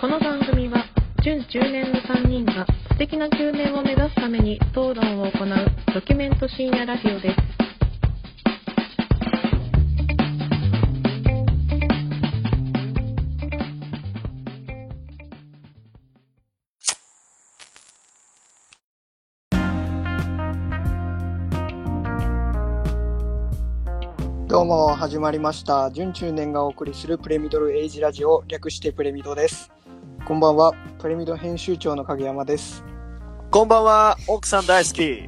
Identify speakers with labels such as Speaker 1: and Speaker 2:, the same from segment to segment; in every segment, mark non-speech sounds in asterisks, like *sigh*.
Speaker 1: この番組は準10年の3人が素敵な9年を目指すために討論を行うドキュメント深夜ラジオです。
Speaker 2: どうも始まりました準中年がお送りするプレミドルエイジラジオ略してプレミドですこんばんはプレミド編集長の影山です
Speaker 3: こんばんは、奥さん大好き、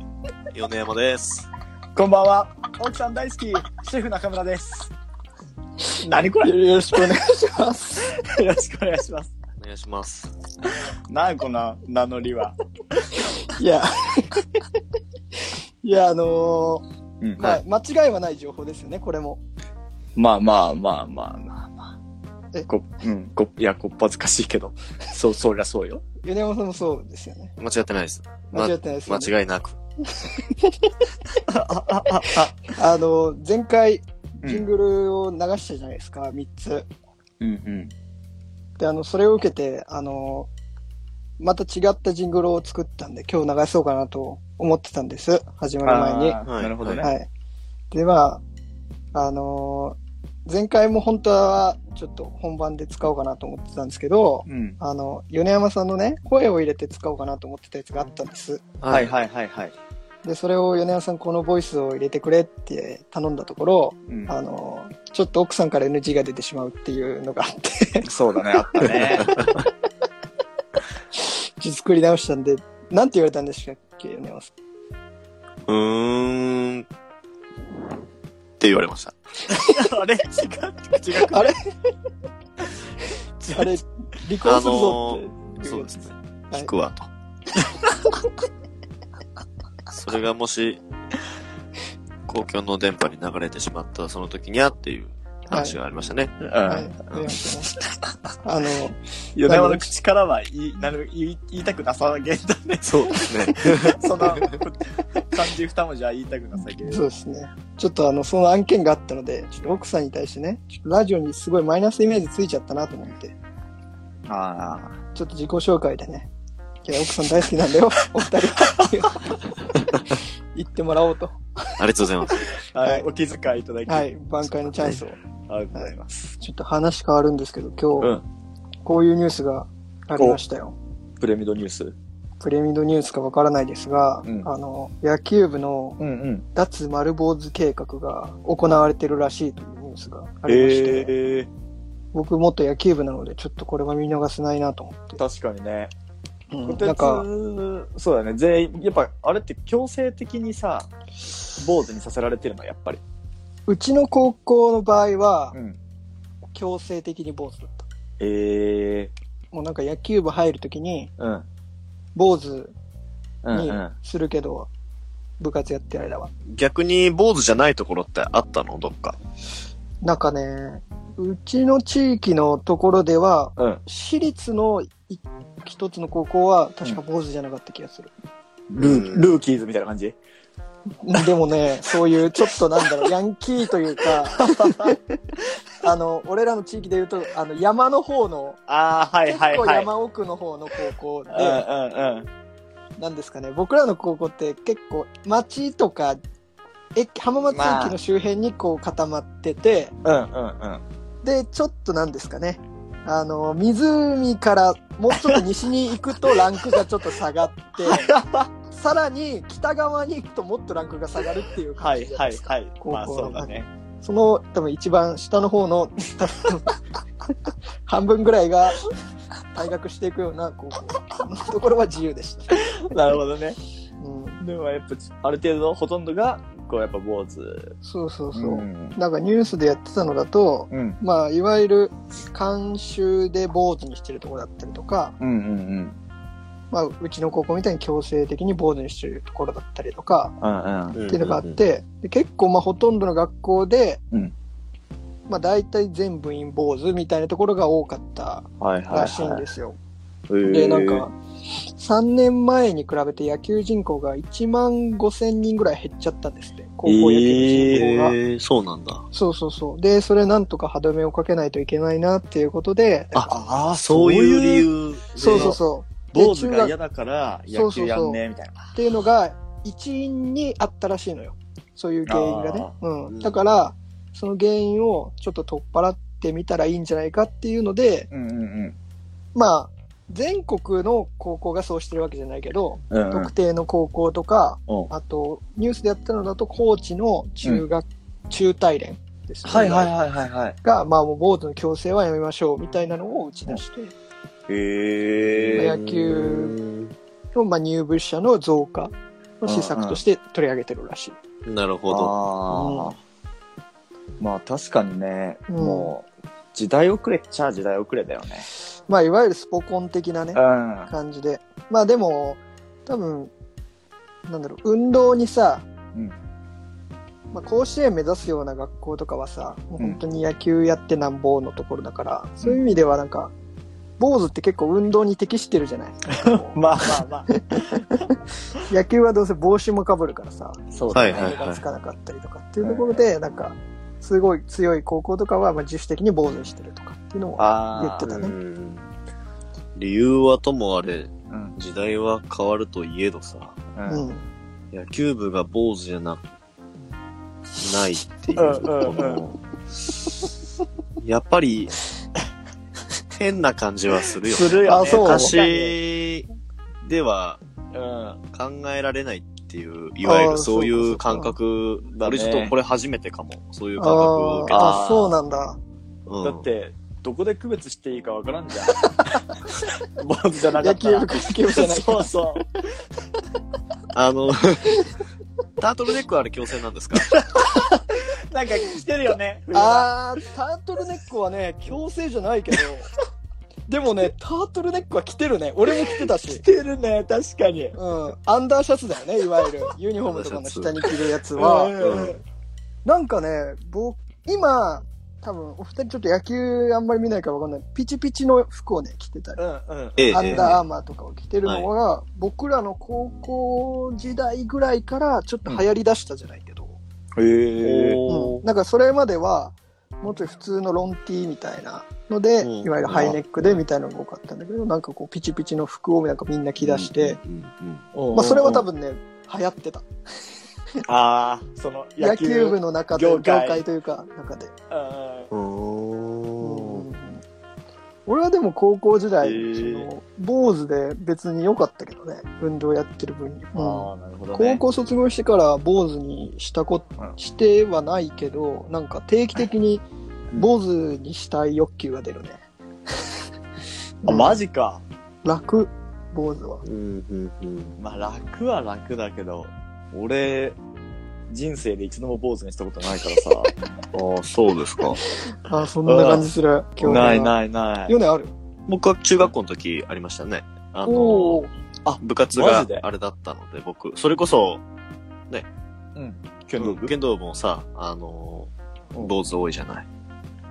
Speaker 3: 米山です。
Speaker 4: こんばんは。奥さん大好き、シェフ中村です。何これ
Speaker 2: よろしくお願いします
Speaker 4: よろしくお願いします。
Speaker 3: お願いします。
Speaker 4: なあ、この名乗りは。
Speaker 2: いやいやあの
Speaker 4: うん
Speaker 2: ーまあ、間違いはない情報ですよねこれも
Speaker 4: まあまあまあまあまあま
Speaker 2: え
Speaker 4: あ。こ、うん、こ、いや、こっぱずかしいけど。 *laughs* そう、そりゃそうよ。
Speaker 2: 米山さんもそうですよね
Speaker 3: 間違ってないです。ま
Speaker 2: 間違ってないですよね、
Speaker 3: 間違いなく。
Speaker 2: あのー前回
Speaker 4: うん
Speaker 2: ジングルを流したじゃないですか、3つ
Speaker 4: うんうん。
Speaker 2: であのそれを受けてあのーまた違ったジングルを作ったんで今日流そうかなと思ってたんです始まる前に
Speaker 4: あー
Speaker 3: はい
Speaker 4: なるほどね。
Speaker 2: はい。で、まあ、あのー前回も本当はちょっと本番で使おうかなと思ってたんですけど、
Speaker 4: うん。
Speaker 2: あの、米山さんのね、声を入れて使おうかなと思ってたやつがあったんです。
Speaker 4: はいはいはいはい。
Speaker 2: で、それを米山さんこのボイスを入れてくれって頼んだところ、
Speaker 4: うん
Speaker 2: あのーちょっと奥さんから NG が出てしまうっていうのがあって、 *laughs*
Speaker 4: そうだね、あった *laughs* ね。
Speaker 2: ちょっと作り直したんで、なんて言われたんでしたっけ、米山さん。
Speaker 3: うーん。って言われました。
Speaker 4: あれ違う、違う。
Speaker 2: あれあれ、離婚
Speaker 3: *laughs*
Speaker 2: するぞって、
Speaker 3: そうですね。
Speaker 2: はい
Speaker 3: 聞く *laughs* わ、と。それがもし、公共の電波に流れてしまったらその時にゃっていう話がありましたね。
Speaker 4: う
Speaker 2: はい
Speaker 4: ん。
Speaker 2: わかりましたねあのー
Speaker 4: 米山の口からは言い、なる、言い言いたくなさげだね。
Speaker 3: そうですね。
Speaker 4: *laughs* そんな、漢字二文字は言いたくなさげ。
Speaker 2: そうですね。ちょっとあの、その案件があったので、ちょっと奥さんに対してね、ちょっとラジオにすごいマイナスイメージついちゃったなと思って、
Speaker 4: ああ。
Speaker 2: ちょっと自己紹介でね、いや、奥さん大好きなんだよ、 *laughs* お二人はっていう言ってもらおうと。
Speaker 3: ありがとうございます。
Speaker 4: はい、
Speaker 2: はい
Speaker 4: お気遣いいただき、
Speaker 2: はい、挽回のチャンスを。
Speaker 4: ありがとうございます。
Speaker 2: ちょっと話変わるんですけど、今
Speaker 4: う
Speaker 2: 日、
Speaker 4: ん。
Speaker 2: こういうニュースがありましたよ。
Speaker 4: プレミドニュース。
Speaker 2: プレミドニュースかわからないですが、
Speaker 4: うん
Speaker 2: あの、野球部の
Speaker 4: うんうん。
Speaker 2: 脱丸坊主計画が行われてるらしいというニュースがありまして、
Speaker 4: ええ
Speaker 2: 僕元野球部なのでちょっとこれは見逃せないなと思って、
Speaker 4: 確かにね。
Speaker 2: うん
Speaker 4: こて
Speaker 2: なんか
Speaker 4: つ、そうだね。全員、やっぱ、あれって強制的にさ、坊主にさせられてるの、やっぱり。
Speaker 2: うちの高校の場合は
Speaker 4: ん。
Speaker 2: 強制的に坊主だった
Speaker 4: ええ
Speaker 2: もうなんか野球部入るときに
Speaker 4: うん。
Speaker 2: 坊主
Speaker 4: うん
Speaker 2: に
Speaker 4: うん。
Speaker 2: するけど、部活やってる間は
Speaker 3: 逆に坊主じゃないところってあったのどっか。
Speaker 2: なんかねうちの地域のところでは
Speaker 4: うん。
Speaker 2: 私立のい一つの高校は確か坊主じゃなかった気がする、
Speaker 4: ルー、ルーキーズみたいな感じ
Speaker 2: でもねそういうちょっとなんだろうヤンキーという
Speaker 4: *laughs*
Speaker 2: かあの俺らの地域でいうとあの山の方の
Speaker 4: ああ、は
Speaker 2: 結構山奥の方の高校で、
Speaker 4: うんうんうん。
Speaker 2: なんですかね、僕らの高校って結構町とか、駅浜松駅の周辺にこう固まってて、
Speaker 4: うんうん
Speaker 2: *laughs*
Speaker 4: うん。
Speaker 2: で、ちょっとなんですかね、あの、湖からもうちょっと西に行くとランクがちょっと下がって、さらに北側に行くともっとランクが下がるっていう
Speaker 4: は
Speaker 2: 感
Speaker 4: い
Speaker 2: じじゃな
Speaker 4: はいい
Speaker 2: ですか。
Speaker 4: はい。まあ
Speaker 2: 高校
Speaker 4: そ
Speaker 2: の
Speaker 4: うだね。
Speaker 2: その多分一番下の方の半分ぐらいが退学していくような高校のところは自由でした。
Speaker 4: なるほどね。
Speaker 2: うん、
Speaker 4: でもやっぱ、ある程度、ほとんどが、こう、やっぱ坊主。
Speaker 2: そうそうそう。
Speaker 4: ん
Speaker 2: なんかニュースでやってたのだと、
Speaker 4: うん。
Speaker 2: まあ、いわゆる監修で坊主にしてるところだったりとか、
Speaker 4: うんうんうん。
Speaker 2: まあ、うちの高校みたいに強制的に坊主にしてるところだったりとか
Speaker 4: うん
Speaker 2: っていうのがあって、で結構まあほとんどの学校で、
Speaker 4: うん
Speaker 2: まあ、大体全部員坊主みたいなところが多かった
Speaker 4: うん。はいはい、はい。
Speaker 2: らしいんですよ。
Speaker 4: へー
Speaker 2: でなんか3年前に比べて野球人口が1万5千人ぐらい減っちゃったんですって。高校野球の人口が。
Speaker 3: えー、そうなんだ。
Speaker 2: そうそうそう。で、それなんとか歯止めをかけないといけないなっていうことで、
Speaker 4: ああ、
Speaker 3: そういう理由で。
Speaker 2: そうそうそう。
Speaker 4: 坊主が嫌だから野球やんねみたいな。
Speaker 2: っていうのが一因にあったらしいのよそういう原因がね、う
Speaker 3: うん
Speaker 2: ん、だからその原因をちょっと取っ払ってみたらいいんじゃないかっていうので
Speaker 4: うんうん
Speaker 2: まあ全国の高校がそうしてるわけじゃないけど、
Speaker 4: うん。うんうん
Speaker 2: 特定の高校とか、
Speaker 4: うん
Speaker 2: あとニュースでやったのだと高知の中学、中大連ですね
Speaker 4: はいはいはいはいはい。
Speaker 2: が、まあ、もうボートの強制はやめましょうみたいなのを打ち出して、
Speaker 4: へ
Speaker 2: 野球のまあ、入部者の増加の施策として取り上げてるらしい。
Speaker 3: なるほど。
Speaker 4: ああ、まあ確かにね、
Speaker 2: うん
Speaker 4: もう時代遅れっちゃ時代遅れだよね。
Speaker 2: まあ、いわゆるスポコン的なね
Speaker 4: う、ん。
Speaker 2: 感じで。まあでも、多分、なんだろう、運動にさ、
Speaker 4: うん
Speaker 2: まあ、甲子園目指すような学校とかはさ、もう本当に野球やってなんぼのところだから、そういう意味ではなんか、坊主って結構運動に適してるじゃない
Speaker 4: まあまあま
Speaker 2: 野球はどうせ帽子もかぶるからさ、
Speaker 4: あ。そうだ
Speaker 3: は
Speaker 4: ね。
Speaker 3: いはい
Speaker 2: 手がつかなかったりとかっていうところで、なんか、すごい強い高校とかはまあ自主的に坊主にしてるとかっていうのを言
Speaker 4: あ
Speaker 2: っ
Speaker 4: あ
Speaker 2: て。たね。
Speaker 3: うん理由はともあれ、
Speaker 4: うん
Speaker 3: 時代は変わるといえどさ、
Speaker 4: うん。
Speaker 2: うん
Speaker 3: 野球部が坊主じゃな、ないっていう、こ
Speaker 4: うんうん
Speaker 3: の、やっぱり、変な感じはするよね。
Speaker 4: するよ
Speaker 2: あ
Speaker 4: ね。
Speaker 2: そう
Speaker 3: 昔では
Speaker 4: うん。
Speaker 3: 考えられないっていう、いわゆ
Speaker 2: あー
Speaker 3: るそうい
Speaker 2: そう
Speaker 3: う
Speaker 2: かそう
Speaker 3: 感
Speaker 2: か
Speaker 3: 覚、
Speaker 4: だね
Speaker 3: 俺ちょっとこれ初めてかも、そういう感覚を
Speaker 2: あ
Speaker 3: 受
Speaker 2: ー
Speaker 3: けた。
Speaker 4: あ
Speaker 2: あ、そうなんだ。
Speaker 3: うん
Speaker 4: だって、どこで区別していいかわからんじゃん。坊主じゃなか
Speaker 2: 野
Speaker 4: った
Speaker 2: 球
Speaker 4: ら。
Speaker 2: 部か野球部じゃないか
Speaker 4: そうそう。
Speaker 3: あ *laughs* の、タートルネックはあれ強制なんですか
Speaker 4: なんかしてるよね。
Speaker 2: *laughs* あー、タートルネックはね、強制じゃないけど、
Speaker 4: *laughs*
Speaker 2: でもね、タートルネックは着てるね。俺も着てたし
Speaker 4: し。てるね、確かに。
Speaker 2: うん。アンダーシャツだよね、いわゆる。ユニフォームとかの下に着るやつ
Speaker 4: う
Speaker 2: は。
Speaker 4: ん
Speaker 2: なんかね、僕、今、多分、お二人ちょっと野球あんまり見ないからわかんない。ピチピチの服をね、着てたり。
Speaker 4: うん
Speaker 3: *laughs* ええ
Speaker 2: アンダーアーマーとかを着てるのが、僕らの高校時代ぐらいからちょっと流行り出したじゃないけど。
Speaker 4: うん。へ
Speaker 2: うん、なんかそれまではもっと普通のロンティーみたいなので、
Speaker 3: うん
Speaker 2: いわゆるハイネックでみたいなのが多かったんだけどなんかこうピチピチの服をなんかみんな着出して、、
Speaker 3: うんうん
Speaker 2: まあ、それは多。分ね流行ってた
Speaker 4: ああ、その
Speaker 2: 野
Speaker 4: 野
Speaker 2: 球
Speaker 4: 球
Speaker 2: 部
Speaker 4: 部。
Speaker 2: の中で業
Speaker 4: 業界
Speaker 2: 界というか中で、
Speaker 4: うん
Speaker 3: うん
Speaker 2: うん俺はでも高校時代、
Speaker 3: へー
Speaker 2: その坊主で別に良かったけどね運動やってる分に、うん
Speaker 4: ああ、なるほど
Speaker 2: 高
Speaker 4: ね。
Speaker 2: 校卒業してから坊主にしたこ
Speaker 4: うん
Speaker 2: してはないけどなんか定期的に
Speaker 4: うん
Speaker 2: 坊主にしたい欲求が出るね、
Speaker 4: あ、マジか。
Speaker 2: 楽坊主は
Speaker 3: うんうんうん
Speaker 4: まあ、楽は楽だけど、俺、人生で一度も坊主にしたことないからさ。
Speaker 3: ああ、そうですか。
Speaker 2: あそんな感じする興味が
Speaker 4: ないないない。
Speaker 2: ヨネある
Speaker 3: 僕は中学校の時ありましたね。あ
Speaker 2: お
Speaker 3: の、
Speaker 2: おー
Speaker 3: 部活
Speaker 4: マ
Speaker 3: が
Speaker 4: ジで
Speaker 3: あれだったので、僕、それこそ、
Speaker 4: 剣道部
Speaker 3: 剣道部もさ、あの、坊主多いじゃない。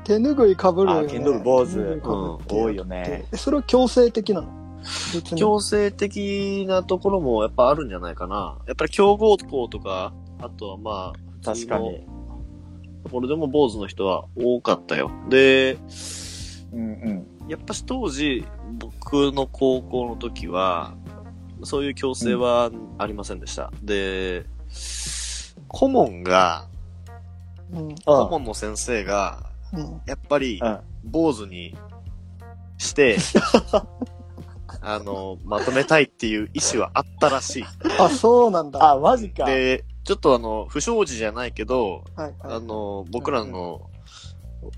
Speaker 2: 手ぬぐいかぶるよ、
Speaker 4: あ
Speaker 2: ね、
Speaker 4: 剣道部坊主
Speaker 2: 手拭いかぶって
Speaker 4: 多いよね。
Speaker 2: えそれは強制的なの別に
Speaker 3: 強制的なところもやっぱあるんじゃないかな。やっぱり強豪校とか、あとはまあ、
Speaker 4: 確かに。
Speaker 3: ところでも坊主の人は多かったよ。で、
Speaker 4: うんうん。
Speaker 3: やっぱし当時、僕の高校の時は、そういう強制はありませんでした。で、顧問が、
Speaker 2: うん
Speaker 3: 顧問の先生が、
Speaker 2: うん
Speaker 3: やっぱり
Speaker 4: うん、
Speaker 3: 坊主に
Speaker 4: *laughs*
Speaker 3: して、あの、まとめたいっていう意思はあったらしい。
Speaker 2: あそうなんだは
Speaker 4: あ、マジか。
Speaker 3: で、ちょっとあの、不祥事じゃないけど、
Speaker 2: いはい
Speaker 3: あの、僕らの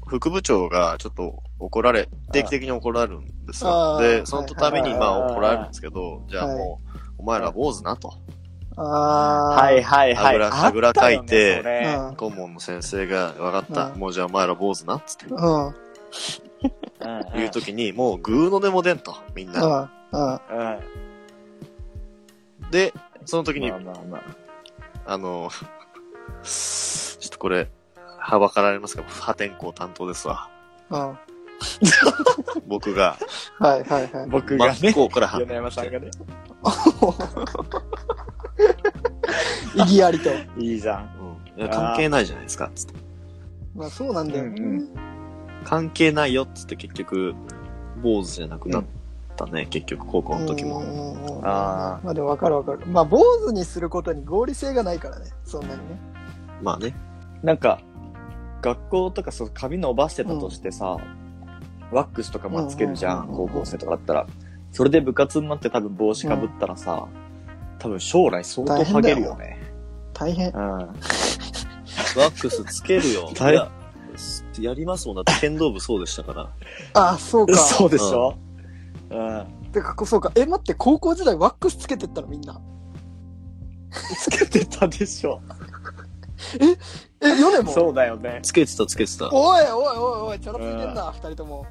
Speaker 3: 副部長がちょっと怒られ、定期的に怒られるんです
Speaker 2: あ
Speaker 3: よ。
Speaker 2: あ
Speaker 3: で、そのために
Speaker 4: はい
Speaker 3: ま
Speaker 4: はいはい
Speaker 3: あ怒られるんですけど、じゃあもう、お前ら坊主なと。
Speaker 2: あー
Speaker 4: はいはいはい。
Speaker 3: あぐらあぐらかいて
Speaker 4: あったよね
Speaker 2: うん
Speaker 3: 顧問の先生が、わかった、
Speaker 2: うん
Speaker 3: もうじゃあお前ら坊主なっつって
Speaker 2: うんうん
Speaker 4: それうん
Speaker 3: 言うときに、もうグーのでも出んと、みんな。
Speaker 2: うん
Speaker 4: うん
Speaker 3: で、その時に
Speaker 4: まあ、まあまあ
Speaker 3: あの、ちょっとこれ、はばかられますか破天荒担当ですわ。
Speaker 2: うん
Speaker 3: 僕が、
Speaker 2: はいはいはい。
Speaker 4: 僕
Speaker 3: 真
Speaker 4: が
Speaker 3: っ
Speaker 4: ね、
Speaker 3: 向から反
Speaker 4: 米山
Speaker 3: 撃し
Speaker 4: さん
Speaker 3: て。
Speaker 4: がね、
Speaker 2: 意義ありと。
Speaker 4: いいじゃん。
Speaker 3: うんいや関係ないじゃないですか、つって
Speaker 2: まあそうなんだよね。
Speaker 4: うんう
Speaker 3: 関係ないよ、つって結局、坊主じゃなくなったね、結局、高校の時
Speaker 2: うん
Speaker 3: も。
Speaker 2: うんうんうん
Speaker 4: あ
Speaker 2: まあでも分かる分かる。まあ坊主にすることに合理性がないからね。そんなにね。
Speaker 3: まあね。
Speaker 4: なんか、学校とかそう髪伸ばしてたとしてさ、ワックスとかまあつけるじゃん、
Speaker 2: うんうんうんうん
Speaker 4: 高校生とかだったら。それで部活になって多分帽子かぶったらさ、多分将来相当ハゲるよね。
Speaker 2: 大変。
Speaker 4: うん。
Speaker 3: ワックスつけ
Speaker 2: *laughs*
Speaker 3: るよ。い
Speaker 4: 大
Speaker 3: や、やりますもん。だって剣道部そうでしたから。
Speaker 2: ああ、そうか。
Speaker 4: そうでしょ、うん、
Speaker 2: てか、そうか。え、待って、高校時代ワックスつけてったのみんな。
Speaker 4: つけてたでしょ。
Speaker 2: え、ヨネも
Speaker 4: そうだよね。
Speaker 3: つけてた、つけてた。
Speaker 2: おいおいおいおい、チャラついてんな、二人とも。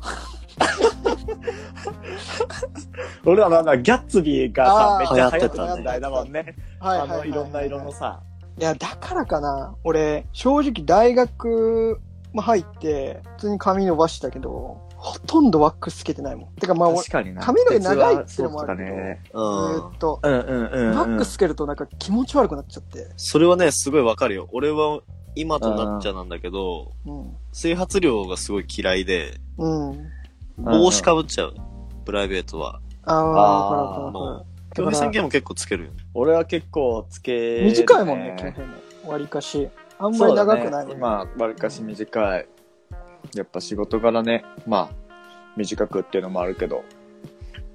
Speaker 4: 俺らなんだ、ギャッツビーが
Speaker 2: あ
Speaker 4: さ、めっ
Speaker 2: ー
Speaker 4: ちゃ流行って
Speaker 3: 流行
Speaker 4: た
Speaker 3: って
Speaker 4: 時
Speaker 3: た
Speaker 4: 代だもんね。
Speaker 2: はい
Speaker 4: あ
Speaker 2: はいは
Speaker 4: の、
Speaker 2: い。
Speaker 4: いろんな色の。さ。
Speaker 2: いや、だからかな。俺、正直大学も入って、普通に髪伸ばしてたけど、ほとんどワックスつけてないもん。てか、まあ、俺、ず
Speaker 4: 確かにな。
Speaker 2: 髪の毛長いっての
Speaker 4: の
Speaker 2: も
Speaker 4: も
Speaker 2: あ
Speaker 4: あ
Speaker 2: る
Speaker 4: る
Speaker 2: けど
Speaker 4: ね。
Speaker 3: うん
Speaker 2: ー。っと、
Speaker 4: うんうんうん、うん。
Speaker 2: ワックスつけるとなんか気持ち悪くなっちゃって。
Speaker 3: それはね、すごいわかるよ。俺は、今となっちゃなんだけど、
Speaker 2: うん。
Speaker 3: 整髪量がすごい嫌いで、
Speaker 2: うん。
Speaker 3: 帽子かぶっちゃう。プライベートは。
Speaker 2: ああ、
Speaker 4: あー
Speaker 2: わかるわかるわか
Speaker 3: もう、
Speaker 2: だか
Speaker 3: 競
Speaker 2: ら
Speaker 3: 技宣言も結構つけるよ
Speaker 2: *laughs*
Speaker 3: ね。
Speaker 4: 俺は結構つけ、
Speaker 2: る。短いもんね、基本ね。わりかし。あんまり長くないもんね。
Speaker 4: まあ、わりかし短い。やっぱ仕事柄ね、まあ、短くっていうのもあるけど。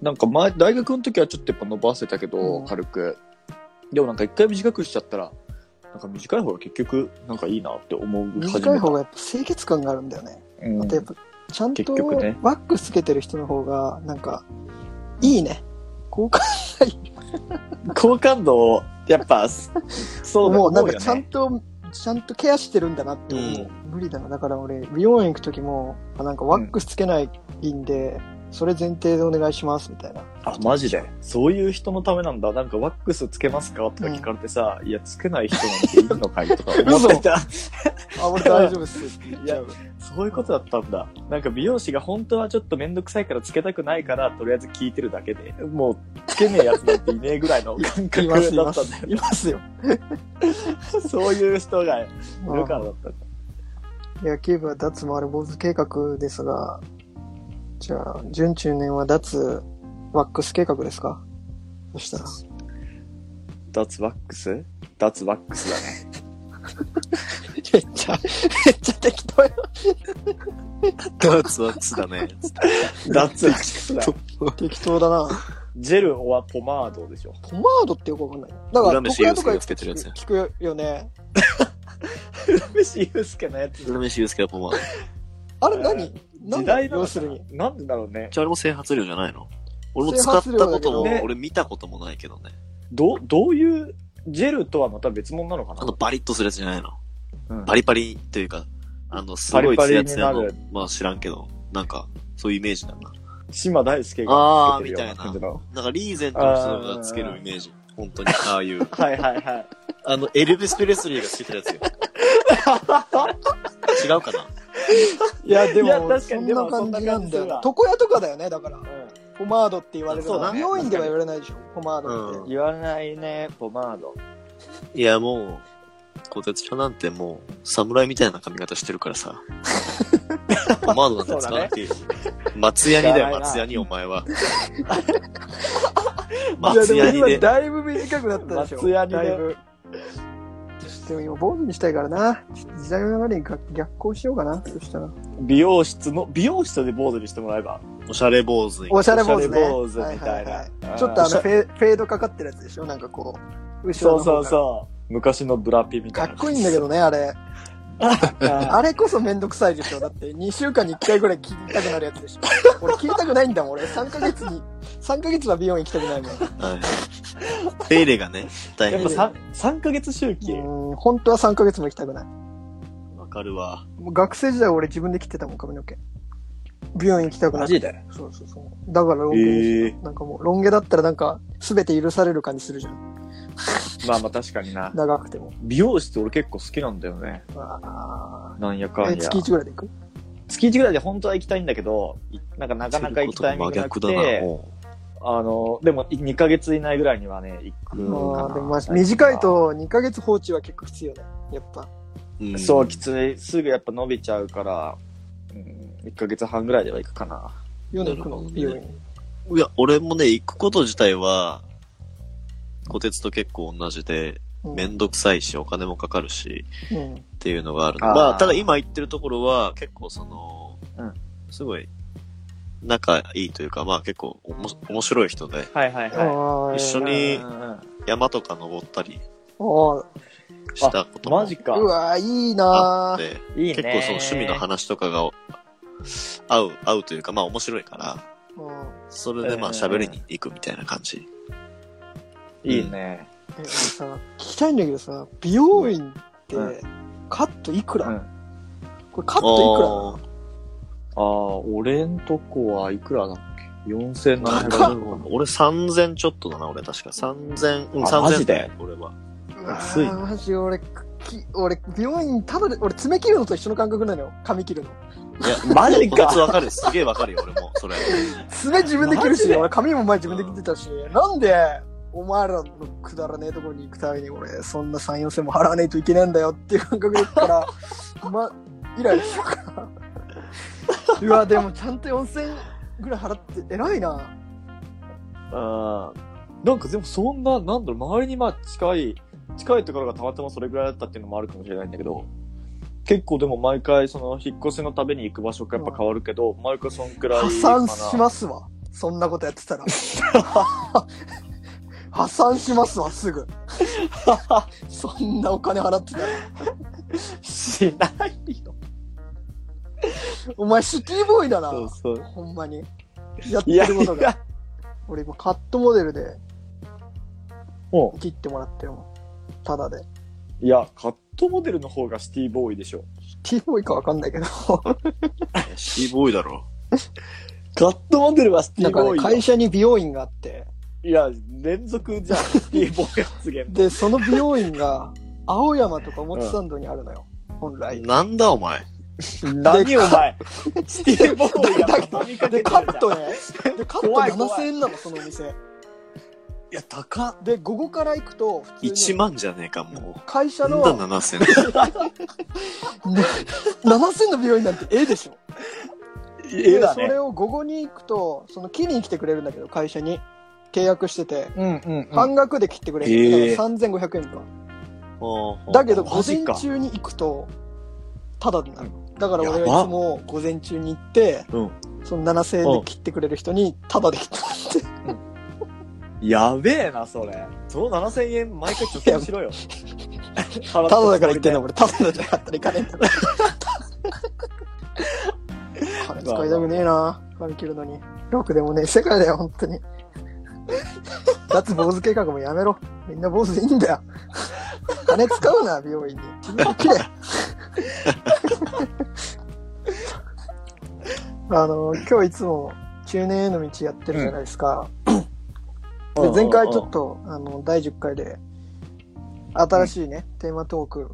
Speaker 4: なんか前、大学の時はちょっとやっぱ伸ばせたけど、
Speaker 2: うん
Speaker 4: 軽く。でもなんか一回短くしちゃったら、なんか短い方が結局、なんかいいなって思う始めた。
Speaker 2: 短い方がやっぱ清潔感があるんだよね。
Speaker 4: うん
Speaker 2: あとやっぱ、ちゃんと
Speaker 4: 結局ね
Speaker 2: ワックスつけてる人の方が、なんか、いいね。好感
Speaker 4: 好感度、やっぱ、すそうだ
Speaker 2: もうなんか
Speaker 4: 思よね
Speaker 2: ちゃんと、ちゃんとケアしてるんだなって思う。
Speaker 3: う
Speaker 2: 無理だな。だから俺、美容院行く時も、あなんかワックスつけないんで、それ前提でお願いします、みたいな。
Speaker 4: あ、マジでそういう人のためなんだ。なんかワックスつけますかとか聞かれてさ、いや、つけない人なんているのかいとか思っ
Speaker 2: *laughs*
Speaker 4: てた。
Speaker 2: あ、俺大丈夫っすって言っちゃう。
Speaker 4: そういうことだったんだ。なんか美容師が本当はちょっとめんどくさいからつけたくないから、とりあえず聞いてるだけで、もうつけねえやつなんていねえぐらいの感覚
Speaker 2: い
Speaker 4: だ
Speaker 2: ま
Speaker 4: った
Speaker 2: す、
Speaker 4: ん
Speaker 2: います
Speaker 4: だ。
Speaker 2: *laughs* いますよ。
Speaker 4: よ。 *laughs* そういう人がいるからだったんだ。
Speaker 2: 野球部は脱丸坊主計画ですが、じゃあ、準中年は脱ワックス計画ですかそしたら。
Speaker 4: 脱ワックス脱ワックスだね。
Speaker 2: めっちゃ、めっちゃ適当よ。
Speaker 3: ツワックス
Speaker 2: *laughs*
Speaker 3: だね。
Speaker 4: 脱ワック
Speaker 3: *laughs*
Speaker 4: スだ。
Speaker 2: 適当だな。
Speaker 4: ジェルはポマードでしょ。
Speaker 2: ポマードってよくわかんない。だから、
Speaker 3: 浦
Speaker 2: 床
Speaker 3: 飯
Speaker 2: 屋
Speaker 3: 祐
Speaker 2: とか
Speaker 3: 介
Speaker 2: よ
Speaker 3: が
Speaker 2: く
Speaker 3: つけてるやつや。
Speaker 2: 聞くよね。
Speaker 4: 飯ユースケのやつ。
Speaker 3: 浦飯祐介がポマード。
Speaker 2: あれ何
Speaker 4: 時
Speaker 2: 何だ
Speaker 4: 代
Speaker 2: 要するに。
Speaker 4: なんでだろうね。
Speaker 3: じゃああれも整髪料じゃないの俺も使ったことも、
Speaker 4: 整髪料だけどね
Speaker 3: 俺見たこともないけどね。
Speaker 4: ど、どういう、ジェルとはまた別物なのか
Speaker 3: あの、バリッとするやつじゃないの、
Speaker 4: うん
Speaker 3: バリパリというか、あの、すごいツヤツヤ
Speaker 4: パリ
Speaker 3: の
Speaker 4: パリ、
Speaker 3: まあ知らんけど、なんか、そういうイメージだな。
Speaker 4: な島大輔
Speaker 3: あ
Speaker 4: が
Speaker 3: ー
Speaker 4: つけてるような感じの。
Speaker 3: なんかリーゼントの人がつけるイメー
Speaker 4: *laughs*
Speaker 3: ジ。本当に、ああいう。
Speaker 4: はいはいはい。
Speaker 3: あの、エルビス・プレスリーがつけてる
Speaker 4: *laughs*
Speaker 3: やつよ。違うかない
Speaker 2: や、で
Speaker 4: いや
Speaker 2: も、
Speaker 4: 確か
Speaker 2: そ
Speaker 4: に
Speaker 2: ん
Speaker 4: で
Speaker 2: な
Speaker 4: も
Speaker 2: 感じなんだよ
Speaker 4: そんな感じするわ
Speaker 2: な。床屋とかだよね、だから。
Speaker 4: う
Speaker 2: ポマードって言われる
Speaker 3: そう
Speaker 2: の
Speaker 3: だ
Speaker 2: は。
Speaker 3: ね
Speaker 2: 美容院では言われないでしょ、ポマード
Speaker 3: う
Speaker 2: っ
Speaker 4: ん
Speaker 2: て。
Speaker 4: 言わないね、ポマード。
Speaker 3: いや、もう、こてつちゃんなんてもう、侍みたいな髪型してるから
Speaker 4: *laughs*
Speaker 3: さ。ポマードなんて使わなくていいよ。松ヤニだよ、松ヤニ、お前
Speaker 4: *laughs*
Speaker 3: は。松
Speaker 2: いや、
Speaker 3: ヤ
Speaker 2: で
Speaker 3: ニ
Speaker 2: も
Speaker 3: で
Speaker 2: 今、。だいぶ短くなったでしょ。
Speaker 4: 松屋にね
Speaker 2: だいぶ。ちょっとでも今、坊主にしたいからな。ちょっと時代の流れに逆逆行しようかな、そしたら。
Speaker 4: 美容室の、美容室で坊主にしてもらえば。
Speaker 3: おしゃれ坊主に。
Speaker 2: おしゃれ坊主ね。
Speaker 4: おしゃれ坊主みたいな
Speaker 2: ははは
Speaker 4: うん
Speaker 2: ちょっとあのフェ、フェードかかってるやつでしょなんかこう、後
Speaker 4: そ
Speaker 2: ろの方
Speaker 4: うそ
Speaker 2: が
Speaker 4: うそう。昔のブラピみた
Speaker 2: か
Speaker 4: いな。
Speaker 2: っこいいんだけどね、あれ。
Speaker 4: あ
Speaker 2: *laughs* あれこそめんどくさいでしょ。だって2週間に1回ぐらい切りたくなるやつでしょ。俺切りたくないんだもん。俺3ヶ月に、3ヶ月は美容院行きたくないもん。
Speaker 3: はい。手入れがね、大
Speaker 4: やっ
Speaker 3: 変
Speaker 4: ぱ。3、三ヶ月周期。
Speaker 2: うん、本当は3ヶ月も行きたくない。
Speaker 3: わかるわ。
Speaker 2: もう学生時代俺自分で切ってたもん、髪の毛。美容院行きたくない。
Speaker 4: で
Speaker 2: そうそうそう。だからロン毛にした
Speaker 4: ええ
Speaker 2: なんかもう、ロン毛だったらなんか、すべて許される感じするじゃん。
Speaker 4: まあまあ確かにな。
Speaker 2: 長くても。
Speaker 4: 美容室俺結構好きなんだよね。
Speaker 2: あ
Speaker 4: なんやか
Speaker 2: ーえ
Speaker 4: んや
Speaker 2: 月。1ぐらいで行く
Speaker 4: 月1ぐらいで本当は行きたいんだけど、なんかなかなか行くタイミング
Speaker 3: す
Speaker 4: なく
Speaker 3: ることが真逆
Speaker 4: て、あの、でも2ヶ月以内ぐらいにはね、行く
Speaker 2: ま
Speaker 4: か
Speaker 2: あ、
Speaker 4: な。
Speaker 2: でもまあ短いと2ヶ月放置は結構きついよね。やっぱ。
Speaker 3: だもう。
Speaker 4: そう、き
Speaker 3: つ
Speaker 4: つい。すぐやっぱ伸びちゃうから、うん、1ヶ月半ぐらいでは行くかな。
Speaker 2: ヨネ行くの
Speaker 3: なるほどね
Speaker 2: 美容院。
Speaker 3: いや、俺もね、行くこと自体は、小鉄と結構同じ
Speaker 2: う
Speaker 3: で、
Speaker 2: ん
Speaker 3: めんどくさいし、お金もかかるし、
Speaker 2: うん。
Speaker 3: っていうのがあるの。
Speaker 4: あー
Speaker 3: まあ、ただ今行ってるところは、結構その、
Speaker 4: うん
Speaker 3: すごい、仲いいというか、まあ結構おもし面白い人で、
Speaker 4: はいはいは
Speaker 2: ああ
Speaker 3: 一緒
Speaker 4: い。
Speaker 3: に
Speaker 4: うんうんうん
Speaker 3: 山とか登ったり
Speaker 2: あ
Speaker 3: したこともあ
Speaker 4: マ
Speaker 3: っ
Speaker 4: ジ
Speaker 3: て、
Speaker 4: か
Speaker 2: あ。うわ、いいなぁ。
Speaker 4: いいね。
Speaker 3: 結構その趣味の話とかが合う、合うというか、まあ面白いから、
Speaker 2: うん
Speaker 3: それでまあ
Speaker 4: うん
Speaker 3: 喋りに行くみたいな感じ。
Speaker 4: いいね。
Speaker 2: えあのさ聞きたいんだけどさ、美容院って
Speaker 4: うん
Speaker 2: カットいく
Speaker 4: う
Speaker 2: ら、
Speaker 4: ん。
Speaker 2: これカット
Speaker 4: ああ、俺んとこはいくらだっけ ?4700 円
Speaker 3: あー俺3000ちょっとだな、俺確か。3000、うん、
Speaker 4: あマジ
Speaker 3: 3000
Speaker 4: で
Speaker 3: 俺は。
Speaker 2: いくら
Speaker 4: 安い
Speaker 2: あーマジ俺、き俺、美容院、ただで、俺、爪切るのと一緒の感覚なのよ。髪切るの。
Speaker 3: いや、
Speaker 4: マジ
Speaker 3: こたつ
Speaker 4: *laughs* か
Speaker 3: わかる。すげえわかるよ、俺も。そ
Speaker 4: *laughs*
Speaker 3: れ。
Speaker 2: 爪自分で切る
Speaker 4: マジ
Speaker 2: し、
Speaker 4: で
Speaker 2: 俺、髪も前自分で切ってたし、なんで、お前らのくだらねえところに行くために俺、そんな3、4千も払わねえといけねえんだよっていう感覚だから、 *laughs* ま、以来しようか。うわ、でもちゃんと4千ぐらい払って、偉いな。
Speaker 4: うん。なんかでもそんな、なんだろう、周りにまあ近い、近いところがたまたまそれぐらいだったっていうのもあるかもしれないんだけど、結構でも毎回その引っ越しのために行く場所がやっぱ変わるけど、毎回そんくらいか
Speaker 2: 破産
Speaker 4: な。
Speaker 2: しますわ。そんなことやって
Speaker 4: *laughs*
Speaker 2: たら。破産しますわ、すぐ。そんなお金払ってたら。
Speaker 4: しないよ。
Speaker 2: お前、シティボーイだな。
Speaker 4: そうそう。
Speaker 2: ほんまに。やっ
Speaker 4: い
Speaker 2: て
Speaker 4: や
Speaker 2: る
Speaker 4: い
Speaker 2: ことが。
Speaker 4: や、
Speaker 2: 俺今カットモデルで
Speaker 4: も
Speaker 2: 切ってもらってるもん。ただで。
Speaker 4: う、いや、カットモデルの方がシティボーイでしょ。
Speaker 2: シティボーイかわかんないけど。
Speaker 3: シーボーイだろ。
Speaker 4: カットモデルはシテ
Speaker 2: な
Speaker 4: ィ
Speaker 2: んか
Speaker 4: ボー
Speaker 2: ね、
Speaker 4: イだ。
Speaker 2: 会社に美容院があって、
Speaker 4: いや、連続じゃん、シティボーイ発言。 *laughs*
Speaker 2: で、その美容院が、青山とか表参道にあるのよ。本来。
Speaker 3: なんだお前。
Speaker 4: 何お前。シティボー
Speaker 2: *laughs*
Speaker 4: イが畳みかけ
Speaker 2: で、
Speaker 4: て
Speaker 2: カ
Speaker 4: るじゃん
Speaker 2: ットね。で、カット
Speaker 4: 怖い怖い
Speaker 2: 7000円なの、そのお店。
Speaker 4: いや、高っ。
Speaker 2: で、午後から行くと、普通に
Speaker 3: 1万じゃねえか、も
Speaker 2: 会社
Speaker 3: う。な
Speaker 2: の
Speaker 3: ん
Speaker 2: *laughs*
Speaker 3: だ
Speaker 2: な
Speaker 3: 7000。
Speaker 2: 7000の美容院なんてええでしょ。
Speaker 4: 絵だ
Speaker 2: でそ
Speaker 4: ね
Speaker 2: れ。を午後に行くと、その切りに来てくれるんだけど、会社に。契約してて、
Speaker 4: うんうん
Speaker 2: 半額で切ってくれる、
Speaker 4: へえ
Speaker 2: だから3500円か。
Speaker 3: ほうほう
Speaker 2: だけど、午
Speaker 4: マ
Speaker 2: 前
Speaker 4: ジか
Speaker 2: 中に行くと、ただになる。だから俺
Speaker 4: や
Speaker 2: は
Speaker 4: ば
Speaker 2: いつも午前中に行って、
Speaker 4: うん
Speaker 2: その7000円で切ってくれる人に、ただで切ってもらっ
Speaker 4: やべえな、それ。その7000円、毎回貯金しろよ。た
Speaker 2: *laughs* て、ただだから行ってんの、俺、ただじゃなかったら行かねえ *laughs* んだから。金使いたくねえな、髪切るのに。ろくでもねえ世界だよ、本当に。脱坊主計画もやめろ。みんな坊主でいいんだよ。金使うな、美容院に。切れ。 *laughs* あの、今日いつも中年への道やってるじゃないですか。
Speaker 4: うん
Speaker 2: で前回ちょっと、あの、第10回で、新しいね、テーマトーク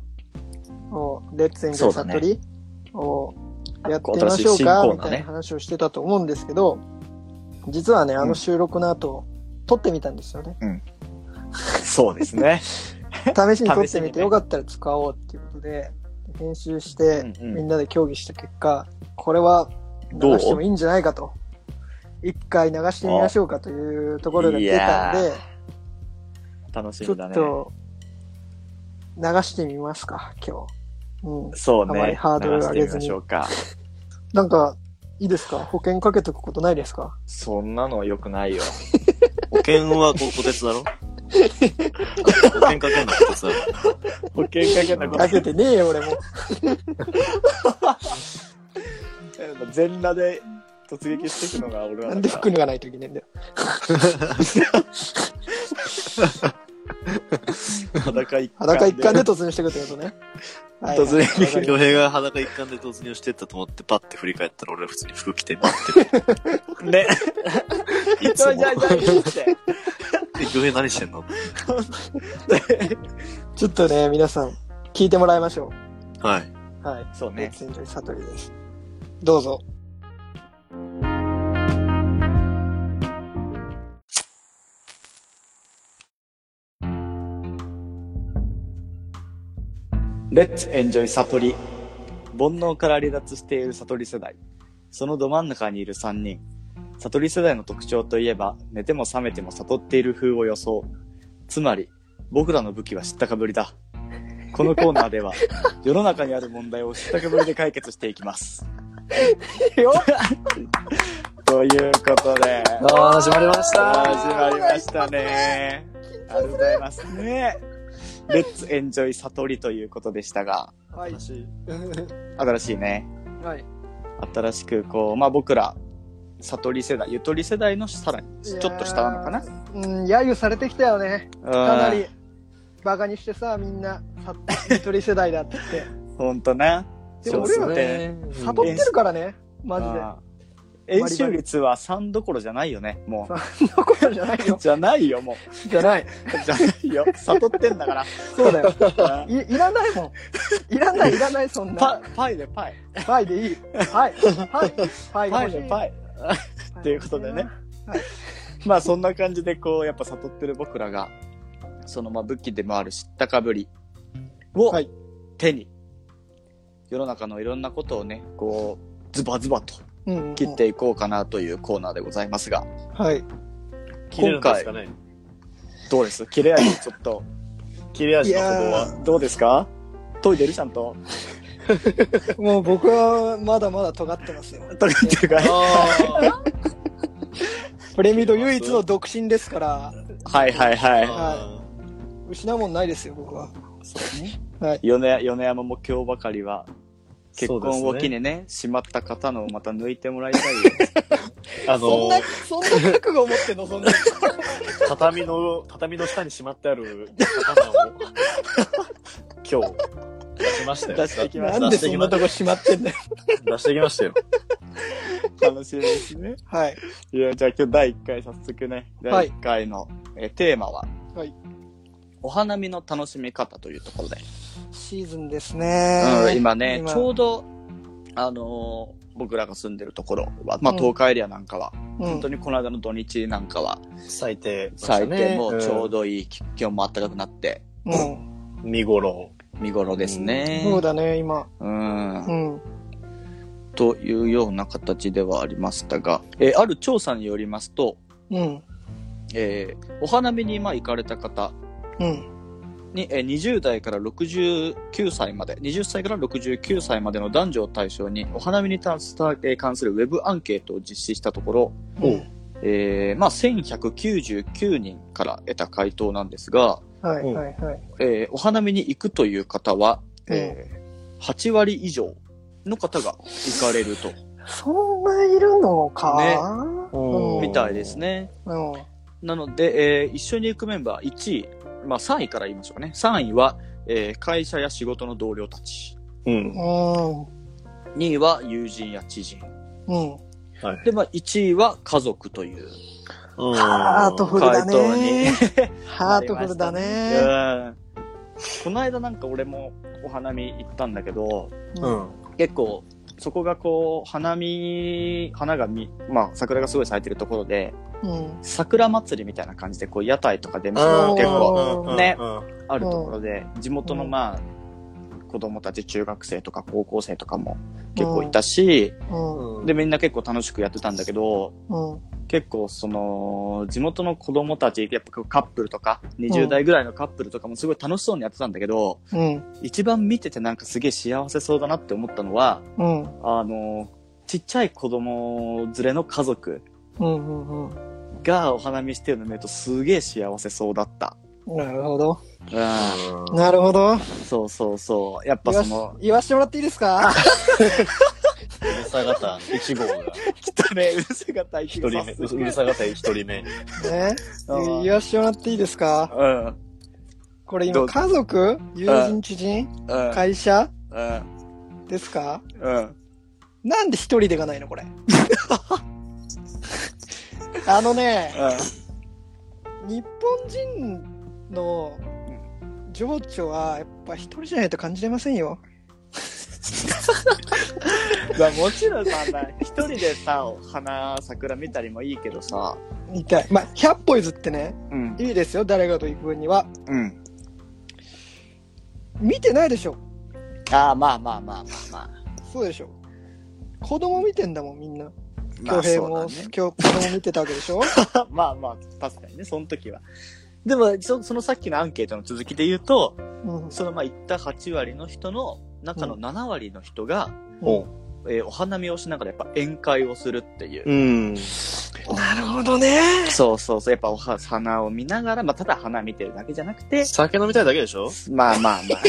Speaker 2: を、レッツエンジェル悟りをやってみましょうか、みたいな話をしてたと思うんですけど、実はね、あの収録の後、撮ってみたんです
Speaker 4: *laughs*
Speaker 2: よね。
Speaker 4: そうで
Speaker 2: *laughs*
Speaker 4: すね。
Speaker 2: 試しに撮っ
Speaker 4: 試してに
Speaker 2: み
Speaker 4: ね
Speaker 2: て、よかったら使おうっていうことで、編集して、みんなで協議した結果、これは流
Speaker 4: どう
Speaker 2: してもいいんじゃないかと。一回流してみましょうかというところが
Speaker 4: い
Speaker 2: 出た
Speaker 4: や
Speaker 2: んで、
Speaker 4: 楽し
Speaker 2: ちょ
Speaker 4: みだ
Speaker 2: っ
Speaker 4: ね。
Speaker 2: と流してみますか、今日。うん。
Speaker 4: そ
Speaker 2: あ
Speaker 4: う
Speaker 2: まり
Speaker 4: ね。
Speaker 2: ハードル上げずに
Speaker 4: 流してみましょうか。
Speaker 2: なんか、いいですか保険かけとくことないです
Speaker 4: *laughs*
Speaker 2: か
Speaker 4: そんなの良
Speaker 2: *laughs*
Speaker 4: くないよ。
Speaker 3: 保険はこ小鉄だろ保険かけんの小鉄だろ。
Speaker 4: 保険かけなこ
Speaker 2: か
Speaker 4: と
Speaker 2: けてねえよ、俺も。
Speaker 4: 全裸で突撃していくのが俺は
Speaker 2: なんで服脱がないといけねえんだよ。
Speaker 4: 裸一貫
Speaker 2: 裸一貫で突入してくってことね。はいはい
Speaker 4: 突入
Speaker 2: わかりま
Speaker 3: 恭
Speaker 2: し
Speaker 3: 平が裸一貫で突入してったと思って、パッて振り返ったら俺普通に服着て、パッ
Speaker 2: *laughs*
Speaker 4: ね。
Speaker 3: て。い
Speaker 4: じ
Speaker 3: つも
Speaker 4: ゃあ、じゃあ、じゃあ、いいって。
Speaker 3: で恭平何してんの
Speaker 2: たちょっとね、皆さん、聞いてもらいましょ
Speaker 3: はい。
Speaker 2: う。はい。
Speaker 4: そう
Speaker 2: レッ
Speaker 4: ね。
Speaker 2: ツエンジョイサトリーです。どうぞ。
Speaker 4: レッツエンジョイ悟り。煩悩から離脱している悟り世代。そのど真ん中にいる3人。悟り世代の特徴といえば、寝ても覚めても悟っている風を予想。つまり、僕らの武器は知ったかぶりだ。このコーナーでは、世の中にある問題を知ったかぶりで解決していきます。
Speaker 2: よ
Speaker 4: ということで、
Speaker 5: ああ、始まりました。
Speaker 4: 始まりましたね。ありがとうございます。ね。レッツエンジョイ悟りということでしたが、 *laughs*
Speaker 2: はい。
Speaker 4: 新しいね。
Speaker 2: はい。
Speaker 4: 新しくこう、まあ僕ら、悟り世代、ゆとり世代のさらに、
Speaker 2: い
Speaker 4: ち
Speaker 2: や
Speaker 4: ょ
Speaker 2: ー
Speaker 4: っと下なのかな
Speaker 2: うん、揶揄されてきたよね。かな
Speaker 4: うん
Speaker 2: り。バカにしてさ、みんな、さゆとり世代だって言っ
Speaker 4: ほんとね。
Speaker 2: て。で
Speaker 4: そ
Speaker 2: も
Speaker 4: う
Speaker 2: 俺
Speaker 4: そう
Speaker 2: らって悟ってるからね。マジで。
Speaker 4: うん円周率は3どころじゃないよね、もう。
Speaker 2: そんなことじゃないよ。
Speaker 4: *laughs* じゃないよ、も
Speaker 2: *laughs* じゃない。
Speaker 4: う。じゃないよ。悟ってんだから。
Speaker 2: そう *laughs*
Speaker 4: *laughs*
Speaker 2: だよ。
Speaker 4: うん
Speaker 2: いいらないもん。いらない、いらない、そんな
Speaker 4: パ。、パイでパイ。
Speaker 2: はいでいい。はい。はい。
Speaker 4: パ
Speaker 2: は
Speaker 4: イ
Speaker 2: い。
Speaker 4: でパイ。
Speaker 2: っ
Speaker 4: ということでね。まあそんな感じでこうやっぱ悟ってる僕らがそのまあ武器でもある知ったかぶりを
Speaker 2: はい
Speaker 4: 手に、世の中のいろんなことをねこうズバズバと
Speaker 2: うんうんうん。
Speaker 4: 切っていこうかなというコーナーでございますが
Speaker 2: はい。
Speaker 3: 切れるんですかね
Speaker 4: どうです切れ味ちょっと
Speaker 3: 切れ味のほど
Speaker 2: いや
Speaker 3: は。
Speaker 4: どうですか研いでるちゃんと
Speaker 2: もう僕はまだまだ尖ってますよ。
Speaker 4: 研いでるかい
Speaker 5: あ
Speaker 2: プレミド唯一の独身ですから、
Speaker 4: はいはいは
Speaker 2: は失うもんないですよ、僕は。
Speaker 4: いそうね
Speaker 2: はい。
Speaker 4: 米米山も今日ばかりは結婚を機
Speaker 3: ね。
Speaker 4: にねしまった方のをまた抜いてもらいたいよ
Speaker 3: あ
Speaker 2: そん
Speaker 3: の
Speaker 2: な、、そんな覚悟を持って臨んでる。
Speaker 3: 畳の、畳の下にしまってある刀を、今日、出しましたよ。
Speaker 4: 出してきまし
Speaker 2: *laughs*
Speaker 4: た
Speaker 2: なんでそんなとこしまってんだよ。
Speaker 3: 出してきましたよ。
Speaker 4: 楽しみですね
Speaker 2: はい。
Speaker 4: いや、じゃあ今日第1回早速ね、
Speaker 2: は
Speaker 4: 第
Speaker 2: い
Speaker 4: 1回の、えーテーマは、
Speaker 2: はい
Speaker 4: お花見の楽しみ方というところで、
Speaker 2: シーズンですね。
Speaker 4: うん今ねちょ
Speaker 2: ど、
Speaker 4: うど、あのー僕らが住んでるところは、まあ、
Speaker 2: うん
Speaker 4: 東海エリアなんかは、
Speaker 2: うん
Speaker 4: 本当にこの間の土日なんかは、
Speaker 3: 咲いて、
Speaker 4: 咲いてもうちょう
Speaker 3: ど、
Speaker 4: どいい、気温も暖かくなって、
Speaker 2: うん
Speaker 3: 見頃。
Speaker 4: 見頃ですね。
Speaker 2: そうだね、今。
Speaker 4: うん
Speaker 2: うん。
Speaker 4: というような形ではありましたが、えーある調査によりますと、
Speaker 2: うん。
Speaker 4: えーお花見にまあ行かれた方、
Speaker 2: うん。
Speaker 4: に、えー20代から69歳まで、20歳から69歳までの男女を対象に、お花見に関すえー関するウェブアンケートを実施したところ、
Speaker 2: うん
Speaker 4: えーまあ、1199人から得た回答なんですが、
Speaker 2: はい、はい、はい。
Speaker 4: えーお花見に行くという方は、えー8割以上の方が行かれると、
Speaker 2: そんないるのか、
Speaker 4: ね
Speaker 2: うん
Speaker 4: みたいですね。
Speaker 2: うん。
Speaker 4: なので、えー一緒に行くメンバー1位、まあ、3位から言いましょうね。3位は、えー会社や仕事の同僚たち。
Speaker 3: うん。
Speaker 2: うん。
Speaker 4: 2位は友人や知人。
Speaker 2: うん。
Speaker 4: で、まあ、1位は家族という
Speaker 3: うん
Speaker 2: ハートフルだ
Speaker 4: 回
Speaker 2: *laughs*
Speaker 4: 答に
Speaker 2: ね。。ハートフルだね。
Speaker 4: うんこの間なんか俺もお花見行ったんだけど、
Speaker 3: うん。
Speaker 4: 結構、そこがこう、花見、花がみ、まあ、桜がすごい咲いてるところで、
Speaker 2: うん。
Speaker 4: 桜祭りみたいな感じで、こう、屋台とか出店
Speaker 2: あ
Speaker 4: が
Speaker 2: ー
Speaker 4: 結構
Speaker 2: うん
Speaker 4: ね
Speaker 3: うん
Speaker 4: あるところで、地元のまあ、子供たち、中学生とか高校生とかも結構いたし、
Speaker 2: うん。
Speaker 3: うん
Speaker 4: で、みんな結構楽しくやってたんだけど、
Speaker 2: うん。
Speaker 4: 結構その地元の子供たちやっぱカップルとか
Speaker 2: う
Speaker 4: 20
Speaker 2: ん
Speaker 4: 代ぐらいのカップルとかもすごい楽しそうにやってたんだけど、
Speaker 2: うん。
Speaker 4: 一番見ててなんかすげえ幸せそうだなって思ったのは
Speaker 2: うん。
Speaker 4: あのちっちゃい子供連れの家族
Speaker 2: うん。うん。うん。
Speaker 4: がお花見してるの見るとすげえ幸せそうだった。
Speaker 2: なるほど。
Speaker 4: う
Speaker 3: うん
Speaker 2: なるほど。
Speaker 4: ん、そうそうそう。やっぱ
Speaker 2: 言
Speaker 4: そ
Speaker 2: わ
Speaker 4: の、
Speaker 2: し言わしてもらっていいですか
Speaker 3: うるさがた1号が、
Speaker 4: きっとね、うるせがたい
Speaker 3: 一人目、ううるさがた1人目。
Speaker 4: *laughs*
Speaker 2: ね。言わしてもらっていいですか
Speaker 4: うん。うん。
Speaker 2: これ今、
Speaker 4: どうぞ
Speaker 2: 家族友人、知人
Speaker 4: うん。
Speaker 2: 会社
Speaker 4: うん。
Speaker 2: ですか
Speaker 4: うん。
Speaker 2: なんで一人でがないのこれ。あのね、日本人の情緒はやっぱ一人じゃないと感じれませんよ。
Speaker 4: いやもちろんさ、まあ一人でさ、花、桜見たりもいいけどさ、
Speaker 2: 痛い。まあ、100歩譲ってね、
Speaker 4: うん、
Speaker 2: いいですよ、誰かと行く分には。
Speaker 4: うん。
Speaker 2: 見てないでしょ。
Speaker 4: ああ、まあまあまあまあまあ。
Speaker 2: そうでしょ。子供見てんだもん、みんな。
Speaker 4: ま
Speaker 2: 恭
Speaker 4: あ、
Speaker 2: 平
Speaker 4: そう
Speaker 2: も、
Speaker 4: だ
Speaker 2: 今
Speaker 4: ね
Speaker 2: 日。子供見てたわけでしょ
Speaker 4: まあまあ、確かにね、その時は。でもそ、そのさっきのアンケートの続きで言うと、
Speaker 2: うん。
Speaker 4: そのまあ言った8割の人の中の
Speaker 2: う
Speaker 4: 7割の人が、
Speaker 2: う
Speaker 4: えーお花見をしながらやっぱ宴会をするっていう。
Speaker 3: うん。
Speaker 2: なるほどね。
Speaker 4: そうそうそう、やっぱおは花を見ながら、まあただ花見てるだけじゃなくて、
Speaker 3: 酒飲みたいだけでしょ
Speaker 4: まあまあまあ。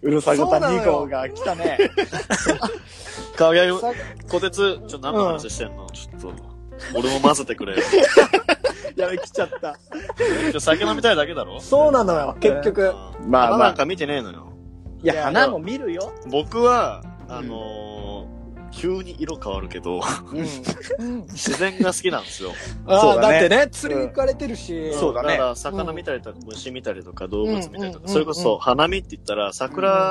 Speaker 4: *laughs* うるさごた2号が来たね。
Speaker 3: かげ
Speaker 2: さ
Speaker 3: こてつ、ちょ、何の話してんの、ちょっと。俺も混ぜてくれよ。
Speaker 4: *laughs* やべ、来ちゃった。
Speaker 3: ちょ酒飲みたいだけだろ
Speaker 2: そうなのよ、結局。
Speaker 3: うん
Speaker 4: まあまあ
Speaker 3: 花なんか見てねえのよ。
Speaker 4: いや、花も見るよ。
Speaker 3: 僕は、あのー、急に色変わるけど、
Speaker 2: うん。
Speaker 3: 自然が好きなんですよ。
Speaker 2: あ
Speaker 4: そ
Speaker 2: あ、
Speaker 4: う
Speaker 2: だ
Speaker 4: だね
Speaker 2: ってね、釣り行かれてるし。
Speaker 4: そうだね
Speaker 3: から、魚見たりとか、虫見たりとか、動物見たりと
Speaker 2: うんうんうんう
Speaker 3: か、
Speaker 2: ん
Speaker 3: それこそ、花見って言ったら、桜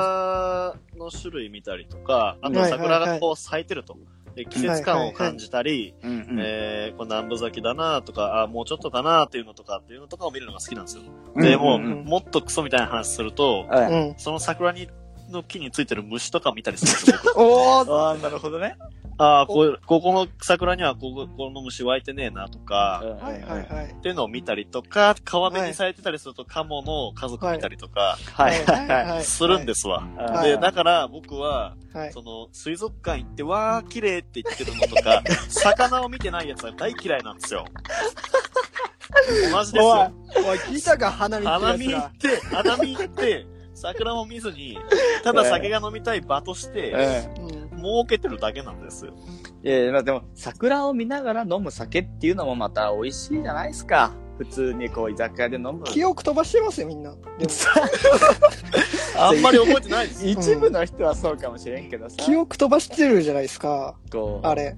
Speaker 3: の種類見たりとか、あと
Speaker 2: はいはいはい
Speaker 3: 桜がこう咲いてると。で季節感を感じたり、
Speaker 4: うんうん
Speaker 3: えー、こう南部咲きだなとか、あ、もうちょっとかなっていうのとかっていうのとかを見るのが好きなんですよ。でも、
Speaker 4: うんうんうん
Speaker 3: もっとクソみたいな話すると、
Speaker 4: は
Speaker 2: う
Speaker 4: い
Speaker 2: ん。
Speaker 3: その桜に、の木についてる虫とか見たりするんですよ。
Speaker 2: *laughs*
Speaker 3: 僕
Speaker 2: おー、
Speaker 4: ああ、なるほどね。
Speaker 3: ああ、こうここの桜にはここ、この虫湧いてねえなとか、
Speaker 2: はいはいはい。
Speaker 3: っていうのを見たりとか、川辺に咲いてたりすると、カモの家族見たりとか、
Speaker 4: はいはいはい。
Speaker 2: はい
Speaker 3: するんですわ。
Speaker 2: はい
Speaker 3: で、だから僕は、
Speaker 2: はい。
Speaker 3: その、水族館行って、わー、綺麗って言ってるのと *laughs* か、魚を見てないやつは大嫌いなん *laughs* ですよ。マジです
Speaker 2: おい
Speaker 3: よ。、
Speaker 2: おい、聞いたか、花見
Speaker 3: 花
Speaker 2: って
Speaker 3: 見行
Speaker 2: や
Speaker 3: って、花見行って、桜も見ずに、ただ酒が飲みたい場として、
Speaker 4: え
Speaker 2: つが。うん
Speaker 3: 儲けてるだけなんですよ。
Speaker 4: えまあでも、桜を見ながら飲む酒っていうのもまた美味しいじゃないですか。普通にこう、居酒屋で飲む。
Speaker 2: 記憶飛ばしてますよ、みんな。でも
Speaker 3: あんまり覚えて *laughs* ないです。
Speaker 4: 一部の人はそうかもしれんけどさ。
Speaker 2: 記憶飛ばしてるじゃないですか、
Speaker 4: こう
Speaker 2: あれ。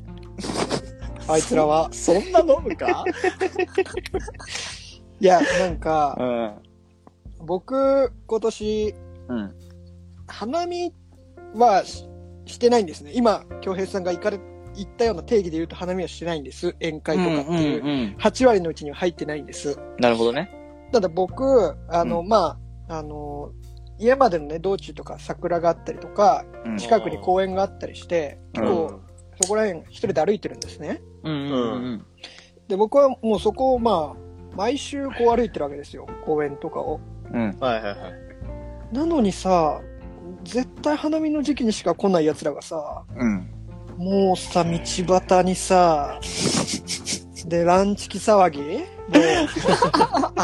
Speaker 2: あいつらは。
Speaker 4: そんな飲むか
Speaker 2: いや、なんか、
Speaker 4: ん。
Speaker 2: 僕、今年、
Speaker 4: うん。
Speaker 2: 花見はししてないんですね。今、京平さんが行かれ、行ったような定義で言うと花見はしてないんです。宴会とかっていう。8割のうちには入ってないんです。
Speaker 4: なるほどね。
Speaker 2: ただ僕、あの、まあ、あの、家までのね、道中とか桜があったりとか、
Speaker 4: うん
Speaker 2: 近くに公園があったりして、結構、そこら辺一人で歩いてるんですね。
Speaker 4: うん
Speaker 3: うんう
Speaker 2: で、僕はもうそこをまあ、毎週こう歩いてるわけですよ、公園とかを。
Speaker 4: うん。
Speaker 3: はいはいはい。
Speaker 2: なのにさ、絶対花見の時期にしか来ない奴らがさ、
Speaker 4: うん。
Speaker 2: もうさ、道端にさ、で、ランチキ騒ぎもう。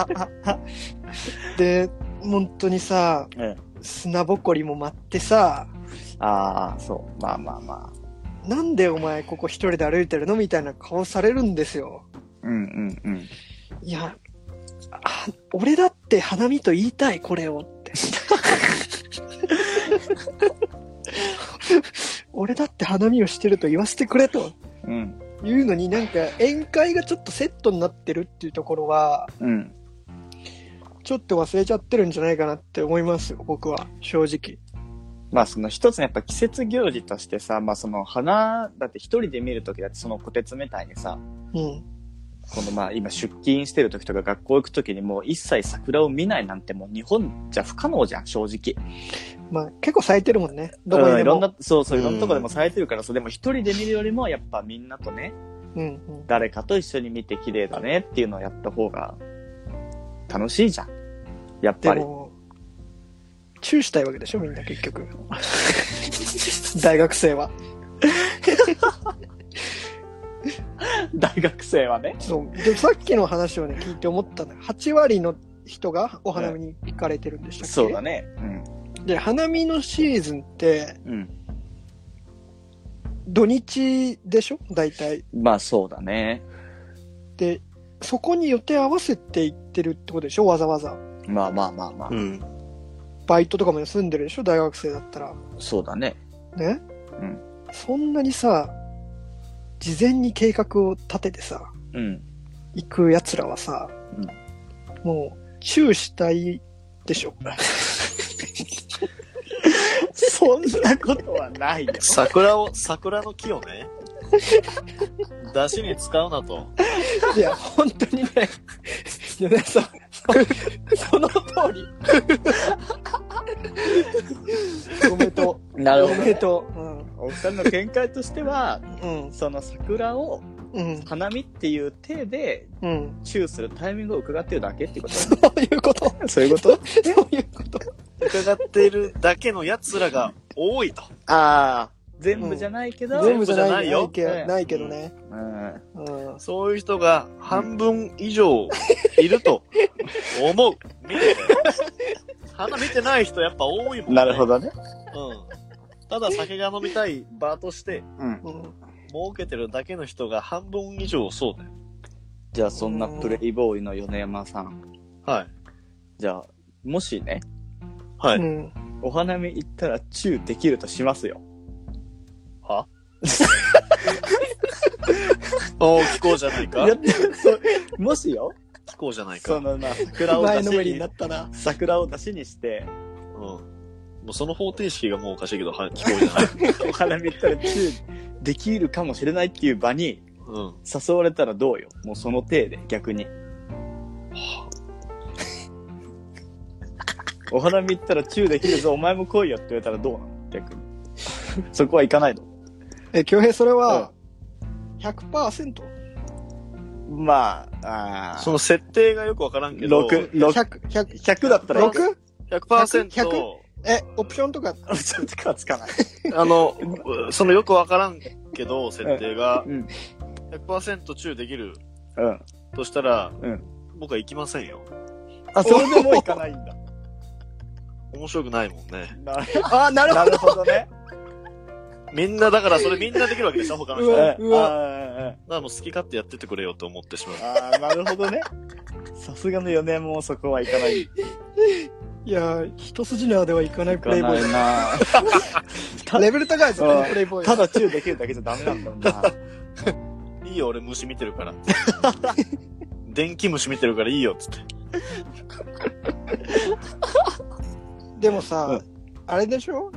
Speaker 2: で、本当にさ、
Speaker 4: ええ
Speaker 2: 砂ぼこりも舞ってさ、
Speaker 4: ああ、そう。まあまあまあ。
Speaker 2: なんでお前ここ一人で歩いてるのみたいな顔されるんですよ。
Speaker 4: うんうんうん。
Speaker 2: いや、あ俺だって花見と言いたい、これをって。 *laughs* 俺だって花見をしてると言わせてくれと。
Speaker 4: うん。
Speaker 2: いうのになんか宴会がちょっとセットになってるっていうところは
Speaker 4: うん。
Speaker 2: ちょっと忘れちゃってるんじゃないかなって思いますよ僕は正直
Speaker 4: まあその一つのやっぱ季節行事としてさ、まあその花、だって一人で見るときだってその小鉄みたいにさ、
Speaker 2: うん
Speaker 4: このまあ今出勤してるときとか学校行くときにもう一切桜を見ないなんてもう日本じゃ不可能じゃん、正直。
Speaker 2: まあ結構咲いてるもんねどこに
Speaker 4: うん
Speaker 2: で
Speaker 4: いろ
Speaker 2: も
Speaker 4: んな、そうそう、いろんなとこでも咲いてるから、そうでも一人で見るよりもやっぱみんなとね、
Speaker 2: うんうん
Speaker 4: 誰かと一緒に見て綺麗だねっていうのをやった方が楽しいじゃん。やっ
Speaker 2: で
Speaker 4: ぱり。
Speaker 2: もチューしたいわけでしょみんな結局大学生は
Speaker 4: *laughs* 大学生は
Speaker 2: *laughs*
Speaker 4: ね。
Speaker 2: そうでさっきの話をね聞いて思ったのよ8割の人がお花見に行かれてるんでしたっけ
Speaker 4: そうだね。うん。
Speaker 2: で花見のシーズンって
Speaker 4: うん。
Speaker 2: 土日でしょ大体
Speaker 4: まあそうだね。
Speaker 2: でそこに予定合わせて行ってるってことでしょわざわざ
Speaker 4: まあまあまあまあ。
Speaker 3: うん。
Speaker 2: バイトとかも休んでるでしょ大学生だったら
Speaker 4: そうだね。
Speaker 2: ね、
Speaker 4: うん
Speaker 2: そんなにさ事前に計画を立ててさ
Speaker 4: うん。
Speaker 2: 行くやつらはさ、もうチューしたいでしょそんなことはないよ。
Speaker 3: 桜を、桜の木を *laughs* ね、出汁に使うなと。
Speaker 6: いや、本当にね、米田さん、その通り。
Speaker 2: おめでと
Speaker 6: な
Speaker 2: う。
Speaker 6: る
Speaker 2: お
Speaker 6: ほど
Speaker 2: め
Speaker 6: ね、
Speaker 2: でとう。うん。
Speaker 4: お二人の見解としては、
Speaker 2: うん。
Speaker 4: その桜を
Speaker 2: うん。
Speaker 4: 花見っていう体で、
Speaker 2: うん。
Speaker 4: チューするタイミングを伺ってるだけっていうこと
Speaker 6: そういうこと。
Speaker 4: そういうこと
Speaker 6: そういうこと。
Speaker 3: 伺ってるだけの奴らが多いと。
Speaker 2: あ
Speaker 4: 全部じゃないけど、
Speaker 2: 全部じゃない
Speaker 3: 全部
Speaker 2: け
Speaker 4: じゃ
Speaker 2: ど
Speaker 4: ないよ
Speaker 2: ないけどね。
Speaker 4: うん
Speaker 2: うん。
Speaker 3: そういう人が半分以上いると思う。見てたよ花見てない人やっぱ多いもんね。
Speaker 4: なるほどね。
Speaker 3: ど。うん。ただ酒が飲みたい場として、
Speaker 2: うん。
Speaker 3: 儲けてるだけの人が半分以上そうだよ。
Speaker 4: じゃあそんなプレイボーイの米山さん。
Speaker 3: はい。
Speaker 4: じゃあ、もしね、
Speaker 3: は
Speaker 2: う
Speaker 3: い。
Speaker 2: ん。
Speaker 4: お花見行ったらチューできるとしますよ。
Speaker 3: *laughs* おー、聞こうじゃないか。
Speaker 4: いやそうもしよ、
Speaker 3: 聞こうじゃない
Speaker 4: そ
Speaker 3: か。
Speaker 4: のまあ桜を
Speaker 2: 前
Speaker 4: 出
Speaker 2: の
Speaker 4: し
Speaker 2: めり
Speaker 4: に
Speaker 2: になったな。
Speaker 4: 桜を出しにして、
Speaker 3: うん。もうその方程式がもうおかしいけど、はい、聞こうじゃない。
Speaker 4: お花見行ったらチューできるかもしれないっていう場に
Speaker 3: うん。
Speaker 4: 誘われたらどうよ。もうその体で、逆に。お花見行ったらチューできるぞ、お前も来いよって言われたらどうなの逆に。そこは行かないの
Speaker 2: え、京平、それは、100%?
Speaker 4: まあ、あ
Speaker 3: その設定がよくわからんけど、
Speaker 4: 6、6、
Speaker 2: 100、100、
Speaker 4: 100だったら行く
Speaker 2: 6? 100
Speaker 3: 100%、
Speaker 2: え、オプションとか、
Speaker 4: *laughs* ちょっとかつかない。
Speaker 3: あの、そのよくわからんけど、設定が
Speaker 4: うん、
Speaker 3: 100%チューできる
Speaker 4: うん。
Speaker 3: としたら、
Speaker 4: うん
Speaker 3: 僕は行きませんよ。
Speaker 2: あ、
Speaker 4: そ
Speaker 2: そ
Speaker 4: れ
Speaker 2: れ
Speaker 4: で
Speaker 2: で
Speaker 4: も
Speaker 2: も
Speaker 4: 行かないんだ。
Speaker 3: 面白くないもんね。
Speaker 4: なる
Speaker 2: *laughs* あ、なるほ
Speaker 4: なるほどね。
Speaker 3: みんな、だからそれみんなできるわけでしょ他の人。
Speaker 2: う
Speaker 3: だ
Speaker 2: わ
Speaker 3: か
Speaker 4: うんあ
Speaker 3: らもう好き勝手やってってくれよと思ってしまう
Speaker 4: ー。あー、なるほどね。さすがの4年もそこは行かない。
Speaker 2: ど。いや、一筋縄ではいかないプレイボーイだ。
Speaker 4: な
Speaker 2: レベル高いです
Speaker 4: うん
Speaker 2: ね、プレイボーイ。
Speaker 4: た、だチューできるだけじゃダメなんだもんな。
Speaker 3: いいよ、俺虫見てるから。電気虫見てるからいいよ、つって。
Speaker 2: でもさ、あれでしょ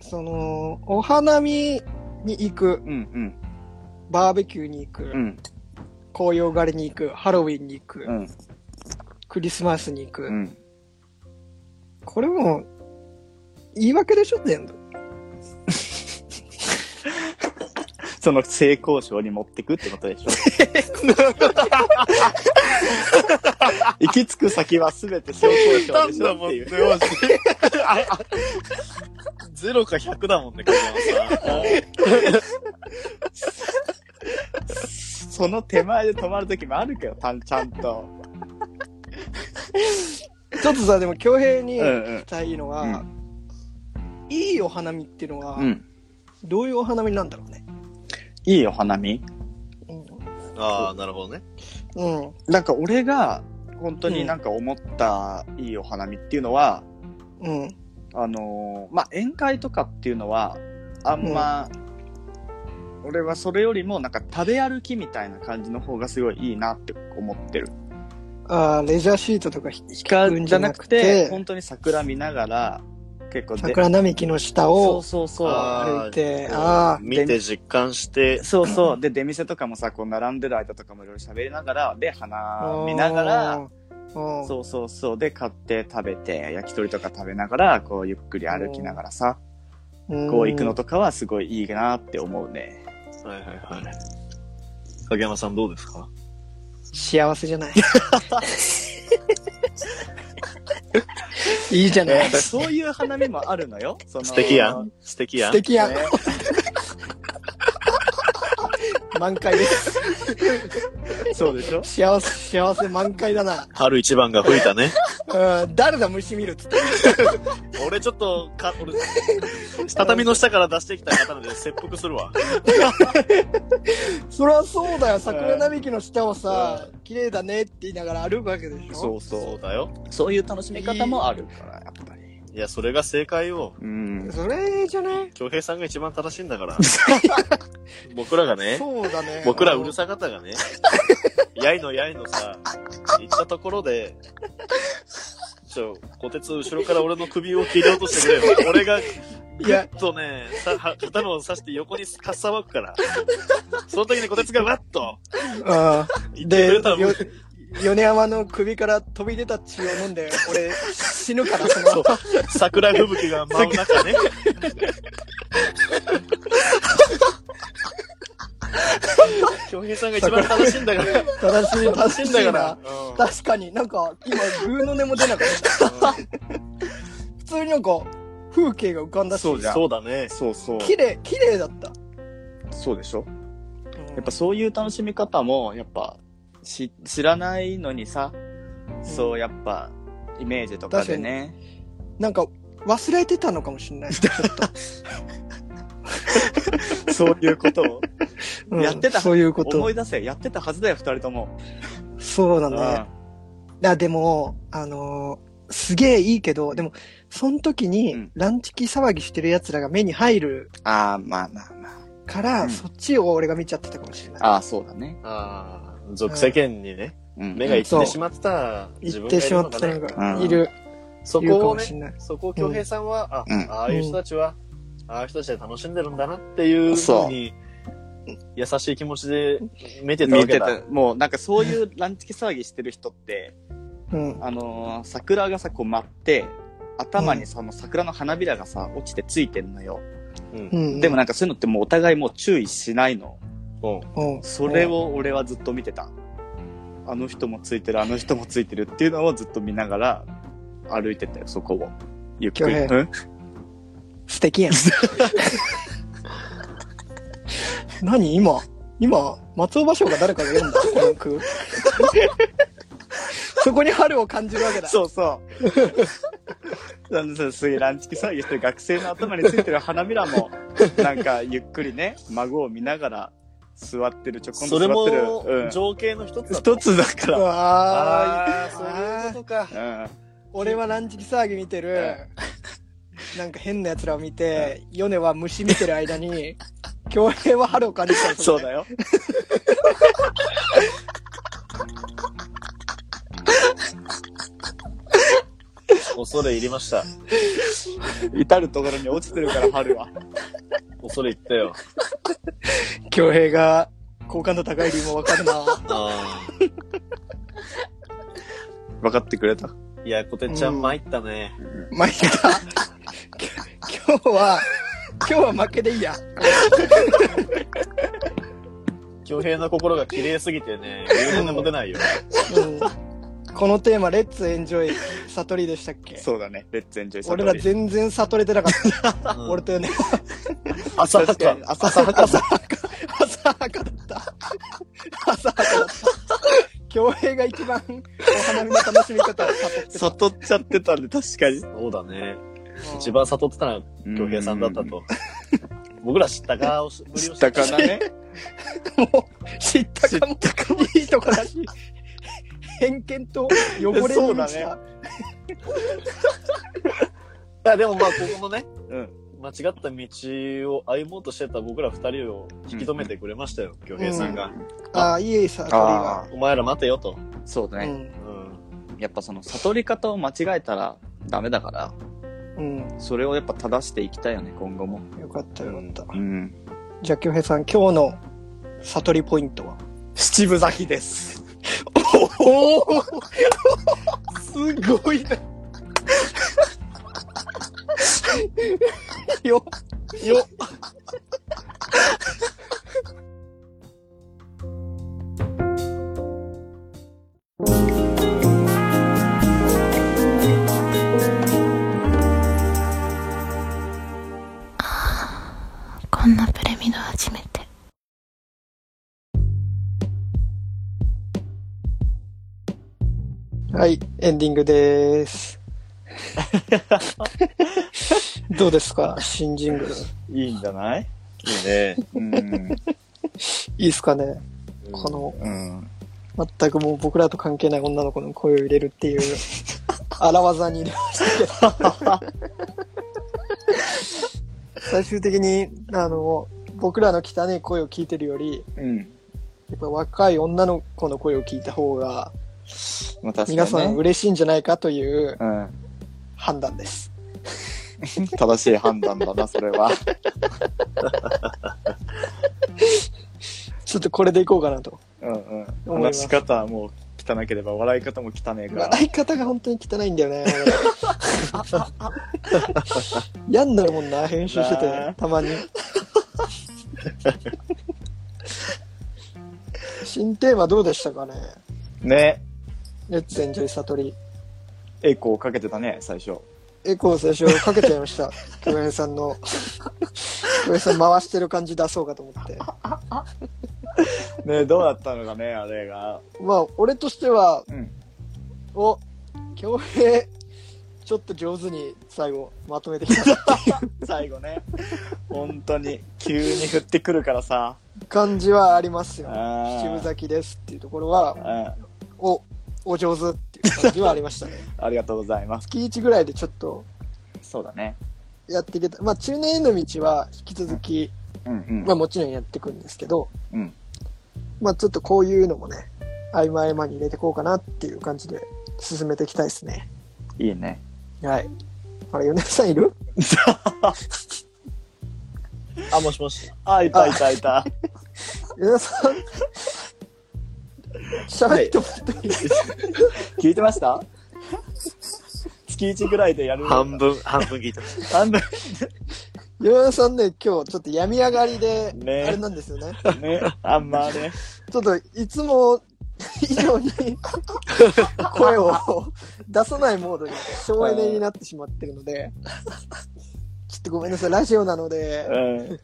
Speaker 2: その、お花見に行く、
Speaker 4: うんうん。
Speaker 2: バーベキューに行く、
Speaker 4: うん
Speaker 2: 紅葉狩りに行く、ハロウィンに行く、
Speaker 4: うん
Speaker 2: クリスマスに行く。
Speaker 4: うん。
Speaker 2: これもう、言い訳でしょ、全部。
Speaker 4: その性交渉に持ってくってことでしょ行き着く先は全て性交渉でしょっていう。
Speaker 3: ゼロか100だもんね、影山さん。
Speaker 4: その手前で止まる時もあるけど、たんちゃんと。
Speaker 2: ちょっとさ、でも、恭平に
Speaker 4: うん
Speaker 2: 聞
Speaker 4: うん
Speaker 2: き。たいのは、
Speaker 4: う
Speaker 2: いいお花見っていうのは、
Speaker 4: うん
Speaker 2: どういうお花見なんだろうね。
Speaker 4: いいお花見
Speaker 2: うん。
Speaker 3: ああ、なるほどね。
Speaker 2: うん。
Speaker 4: なんか俺が本当になんか思ったいいお花見っていうのは、
Speaker 2: うん。
Speaker 4: あのーまあ、宴会とかっていうのは、あんま、俺はそれよりもなんか食べ歩きみたいな感じの方がすごいいいなって思ってる。
Speaker 2: ああ、レジャーシートとか引
Speaker 4: か
Speaker 2: くん
Speaker 4: じ
Speaker 2: じゃ
Speaker 4: ゃな
Speaker 2: な
Speaker 4: く
Speaker 2: く
Speaker 4: て、
Speaker 2: て、
Speaker 4: 本当に桜見ながら、結構で、
Speaker 2: 桜並木の下
Speaker 4: そう
Speaker 2: を
Speaker 4: そうそう。
Speaker 3: あー
Speaker 2: 歩いて、ああ、
Speaker 3: 見て実感して、
Speaker 4: そうそう。で、出店とかもさ、こう並んでる間とかもいろいろ喋りながら、で、花見ながら、
Speaker 2: うん、
Speaker 4: そうそうそう。で、買って食べて、焼き鳥とか食べながら、こう、ゆっくり歩きながらさ、
Speaker 2: うん
Speaker 4: こう行くのとかはすごいいいなって思うね。
Speaker 3: はいはいはい。影山さんどうですか
Speaker 2: 幸せじゃない。いいじゃない。
Speaker 4: ね *laughs* そういう花見もあるのよ。その
Speaker 3: 素敵やん。素敵や
Speaker 2: 素
Speaker 3: ん。
Speaker 2: 敵やん。満開です。
Speaker 4: そうでしょ
Speaker 2: 幸せ、幸せ満開だな。
Speaker 3: 春一番が吹いたね。
Speaker 2: うん、誰だ虫見るっつって。
Speaker 3: 俺ちょっと、か、俺、畳の下から出してきた刀で切腹するわ。
Speaker 2: そりゃそうだよ。桜並木の下をさ、綺麗だねって言いながら歩くわけでしょ。
Speaker 4: そう
Speaker 3: そ
Speaker 4: そう
Speaker 3: だよ。
Speaker 4: う。そういう楽しみ方もあるから、やっぱり。
Speaker 3: いや、それが正解を。
Speaker 4: うん。
Speaker 2: それじゃない
Speaker 3: 恭平さんが一番正しいんだから。僕らがね、
Speaker 2: そうだね。
Speaker 3: 僕らうるさかったがね、やいのやいのさ、行ったところで、ちょ、小鉄後ろから俺の首を切り落としてくれよ。俺がいや、とね、さは刀を刺して横にかっさばくから。その時にこてつがわっと
Speaker 2: あ
Speaker 3: 言
Speaker 2: ー
Speaker 3: ってく
Speaker 2: で
Speaker 3: れたらもう、
Speaker 2: よ米山の首から飛び出た血を飲んで、俺、死ぬから、その、
Speaker 3: 桜吹雪が真ん中ね。京平さんが一番楽しいんだから。
Speaker 2: 正しい、正し
Speaker 3: *laughs*
Speaker 2: いんだか
Speaker 3: な
Speaker 2: ら。確かになんか、今、グーの音も出なかった。普通になんか、風景が浮かんだし、
Speaker 4: そうじゃん
Speaker 3: そうだね。
Speaker 4: そうそう
Speaker 2: 綺麗、綺麗だった。
Speaker 4: そうでしょやっぱそういう楽しみ方もやっぱし知らないのにさ、そうやっぱイメージとかでね
Speaker 2: なんか、忘れてたのかもしれない。ちょっと
Speaker 4: そういうことを
Speaker 2: うん
Speaker 4: やってた
Speaker 2: そう *laughs* いうこ
Speaker 4: 思
Speaker 2: と
Speaker 4: い。出せやってたはずだよ二人とも、
Speaker 2: そうだ
Speaker 4: うん
Speaker 2: ね。あでも、あのーすげえいいけど、でも、その時
Speaker 4: う
Speaker 2: に
Speaker 4: ん
Speaker 2: ランチキ騒ぎしてる奴らが目に入る
Speaker 4: ああまあまあま
Speaker 2: から、
Speaker 4: うん
Speaker 2: そっちを俺が見ちゃってたかもしれない。
Speaker 4: ああーそうだね、
Speaker 3: ああ、俗世間にね、
Speaker 4: うん
Speaker 3: 目が行ってしまってた自
Speaker 2: 行
Speaker 3: 分
Speaker 2: って
Speaker 3: がいる
Speaker 2: しま
Speaker 3: の
Speaker 2: っ
Speaker 3: か
Speaker 2: た
Speaker 3: な
Speaker 2: の。が、
Speaker 4: うん
Speaker 2: いる、
Speaker 3: そ
Speaker 2: いるか
Speaker 3: こを
Speaker 2: も
Speaker 3: ね
Speaker 2: し、れない。
Speaker 3: そこを京平さんは、
Speaker 4: うんうん
Speaker 3: あ、ああいう人たちは、ああいう人たちで楽しんでるんだなっていうふうに、優しい気持ちで見てたわ
Speaker 4: 見
Speaker 3: け
Speaker 4: て
Speaker 3: だ。
Speaker 4: たもうなんかそういうランチキ騒ぎしてる人って
Speaker 2: うん。
Speaker 4: あのー桜がさこう舞って頭にその桜の花びらがさ落ちてついてんのよ、
Speaker 3: うん
Speaker 2: うん。
Speaker 4: でもなんかそういうのってもうお互いもう注意しないの
Speaker 3: うん
Speaker 2: うん、
Speaker 4: それを俺はずっと見てた。あの人もついてる、あの人もついてるっていうのをずっと見ながら歩いてたよ、そこを。ゆっくり。
Speaker 2: 恭
Speaker 4: うん
Speaker 2: 素
Speaker 4: *laughs*
Speaker 2: 敵やん。 *laughs* 何今、今、松尾芭蕉が誰かが *laughs* 読んだこの句。そこに春を感じるわけだ。
Speaker 4: そうそう。なんでさ、すげえランチキ騒ぎしてる学生の頭についてる花びらも、なんかゆっくりね、孫を見ながら座ってる、ちょこんと
Speaker 3: それ
Speaker 4: 座ってる。
Speaker 3: も
Speaker 4: うん、
Speaker 3: 情景の一つだった
Speaker 4: 一つだか
Speaker 2: う
Speaker 4: ら。
Speaker 2: わ
Speaker 3: ああ、そういうことか。
Speaker 4: うん、
Speaker 2: 俺はランチキ騒ぎ見てる、なんか変な奴らを見て、ヨネは虫見てる間に、恭平は春を感じたんです
Speaker 4: *laughs* そ
Speaker 2: よ
Speaker 4: うだよ。
Speaker 3: *laughs* 恐れ入りました。
Speaker 4: 至るところに落ちてるから、春は。
Speaker 3: 恐れ入ったよ。
Speaker 2: 恭平が、好感度高い理由もわかる *laughs* な。
Speaker 3: あ
Speaker 4: 分かってくれた。
Speaker 3: あ。いや、こてっちゃん参ったね。
Speaker 2: まあ、いいか。 *laughs* 今日は、今日は負けでいいや。
Speaker 3: 恭平の心が綺麗すぎてね、言うのでも出ないよ。
Speaker 2: うんこのテーマ、レッツエンジョイ、悟りでしたっけ
Speaker 4: そうだね。レッツエンジョイサ
Speaker 2: 俺
Speaker 4: ト
Speaker 2: ら
Speaker 4: リ
Speaker 2: 全然悟れてなかった。
Speaker 3: うん
Speaker 2: 俺とヨネ。
Speaker 3: 朝
Speaker 4: 確か
Speaker 3: か
Speaker 4: に。朝はか
Speaker 2: 浅はか、浅はかだった。浅はかだった。恭平が一番お花見の楽しみ方を悟ってた。
Speaker 4: 悟っちゃってたんで、確かに。
Speaker 3: そうだね。一番悟ってたのは恭平さんだった
Speaker 4: *laughs* うん。
Speaker 3: と。僕ら知ったかをしぶり
Speaker 4: 知
Speaker 3: を
Speaker 4: っ
Speaker 3: した
Speaker 4: かなね。
Speaker 2: もう、知ったかも。いいとこだし、偏見と汚れに満ち
Speaker 4: そうだ
Speaker 2: た。
Speaker 3: いや、でもまあ、ここのね、
Speaker 4: うん
Speaker 3: 間違った道を歩もうとしてた僕ら二人を引き止めてくれましたよ、恭、平さんが。
Speaker 2: ああ、いい悟りが。
Speaker 3: お前ら待てよと。
Speaker 4: そうだ
Speaker 2: う
Speaker 4: ね。
Speaker 2: ん。
Speaker 3: うん。
Speaker 4: やっぱその悟り方を間違えたらダメだから、
Speaker 2: うん。
Speaker 4: それをやっぱ正していきたいよね、今後も。
Speaker 2: よかったよかった。
Speaker 4: ん。
Speaker 2: じゃあ、恭平さん、今日の悟りポイントは
Speaker 4: 七分咲きです。
Speaker 2: おおすごいな。よよ
Speaker 7: こんなプレミド初めて。
Speaker 2: はい、エンディングでーす。どうですか新ジングル。
Speaker 4: いいんじゃない
Speaker 3: いいね。
Speaker 4: う
Speaker 2: い
Speaker 4: ん。
Speaker 2: いですかねこの、
Speaker 4: うん。
Speaker 2: 全くもう僕らと関係ない女の子の声を入れるって
Speaker 4: *laughs*
Speaker 2: いう、荒技に入れましたけど。最終的に、あの、僕らの汚い声を聞いてるより、
Speaker 4: うん。
Speaker 2: やっぱ若い女の子の声を聞いた方が、
Speaker 4: まあ確かにね。
Speaker 2: 皆さん嬉しいんじゃないかという
Speaker 4: うん。
Speaker 2: 判断です。
Speaker 4: 正しい判断だな、それ *laughs* は。
Speaker 2: ちょっとこれでいこうかなと。
Speaker 4: うんう
Speaker 2: 思
Speaker 4: ん。
Speaker 2: いま
Speaker 4: 話
Speaker 2: す
Speaker 4: し方はもう汚ければ、笑い方も汚え *laughs* から。
Speaker 2: 笑い方が本当に汚いんだよね。
Speaker 4: *laughs*
Speaker 2: やんなるもんな、編集して
Speaker 4: な
Speaker 2: て、
Speaker 4: あ
Speaker 2: たまに。新テーマどうでしたかね
Speaker 4: ね。
Speaker 2: レッツエンジョイ悟り。
Speaker 4: エコーかけてたね、最初。
Speaker 2: エコー最初かけちゃいま
Speaker 4: *laughs*
Speaker 2: した。久米さんの、久米さん回してる感じ出そうかと思って。
Speaker 4: ねどうだったのかね、あれが。
Speaker 2: まあ、俺としては、
Speaker 4: うん
Speaker 2: お、恭平、ちょっと上手に最後まとめてきた
Speaker 4: 最後ね。本当に、急に降ってくるからさ。
Speaker 2: 感じはありますよ。
Speaker 4: あー
Speaker 2: 七分咲きですっていうところは
Speaker 4: う、ん。
Speaker 2: お、お上手っていう感じはありました
Speaker 4: *laughs*
Speaker 2: ね。
Speaker 4: ありがとうございます。
Speaker 2: 月1ぐらいでちょっと
Speaker 4: そうだね。
Speaker 2: やっていけた。まあ、中年への道は引き続き、
Speaker 4: うんうん
Speaker 2: まあもちろんやっていくんですけど、
Speaker 4: うん
Speaker 2: まあちょっとこういうのもね、合間合間に入れてこうかなっていう感じで進めていきたいですね。
Speaker 4: いいね。
Speaker 2: はい。あれ、米田さんいる
Speaker 5: あ、もしもし。
Speaker 4: あ、いたいたいた。
Speaker 2: 米田さん、喋ってもらっていいですか、
Speaker 4: *laughs* 聞いてました月1ぐらいでやる
Speaker 3: 半分、半分聞いた。
Speaker 4: 半分
Speaker 2: 米田さんね、今日ちょっと病み上がりで、
Speaker 4: ね
Speaker 2: あれなんですよね。
Speaker 4: ね。あんまね。
Speaker 2: ちょっといつも *laughs* 以上に声を出さないモードに省エネになってしまってるので、ちょっとごめんなさい、ラジオなので、
Speaker 4: うん。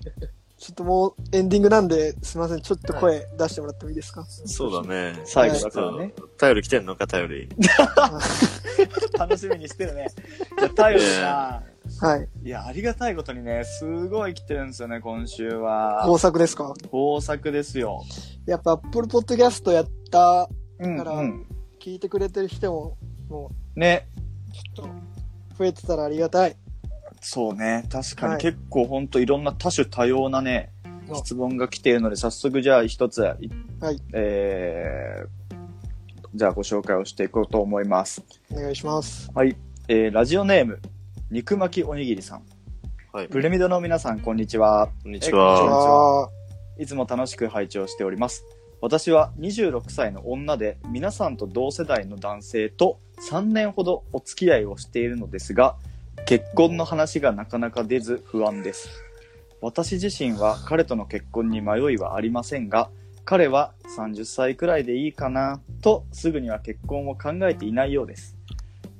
Speaker 2: ちょっともうエンディングなんで、すみません、ちょっと声出してもらってもいいですか、
Speaker 3: そうだね。
Speaker 4: 最後だからね。
Speaker 3: 頼り来てんのか、頼り。
Speaker 4: 楽しみにしてるね。じゃあ、太陽さ
Speaker 2: はい。
Speaker 4: ん。いや、ありがたいことにね、すごい来てるんですよね、今週は。
Speaker 2: 工作ですか
Speaker 4: 豊作ですよ。
Speaker 2: やっぱ Apple Podcast やった、
Speaker 4: うん、
Speaker 2: から
Speaker 4: うん。
Speaker 2: 聞いてくれてる人も、も
Speaker 4: ね。
Speaker 2: う、ちょっと、増えてたらありがたい。
Speaker 4: そうね。確か
Speaker 2: は
Speaker 4: に
Speaker 2: い
Speaker 4: 結構ほんといろんな多種多様なね、
Speaker 2: お
Speaker 4: 質問が来ているので、早速じゃあ一つ、い
Speaker 2: はい
Speaker 4: えー、じゃあご紹介をしていこうと思います。
Speaker 2: お願いします。
Speaker 4: はい、えーラジオネーム肉巻きおにぎりさん
Speaker 3: はい。こ
Speaker 4: プレミドの皆さんこんにちは
Speaker 3: んにち
Speaker 4: こんに
Speaker 3: は。
Speaker 4: ち
Speaker 2: あ
Speaker 4: いつも楽しく拝聴しております私は26歳の女で皆さんと同世代の男性と3年ほどお付き合いをしているのですが結婚の話がなかなか出ず不安です私自身は彼との結婚に迷いはありませんが彼は30歳くらいでいいかなとすぐには結婚を考えていないようです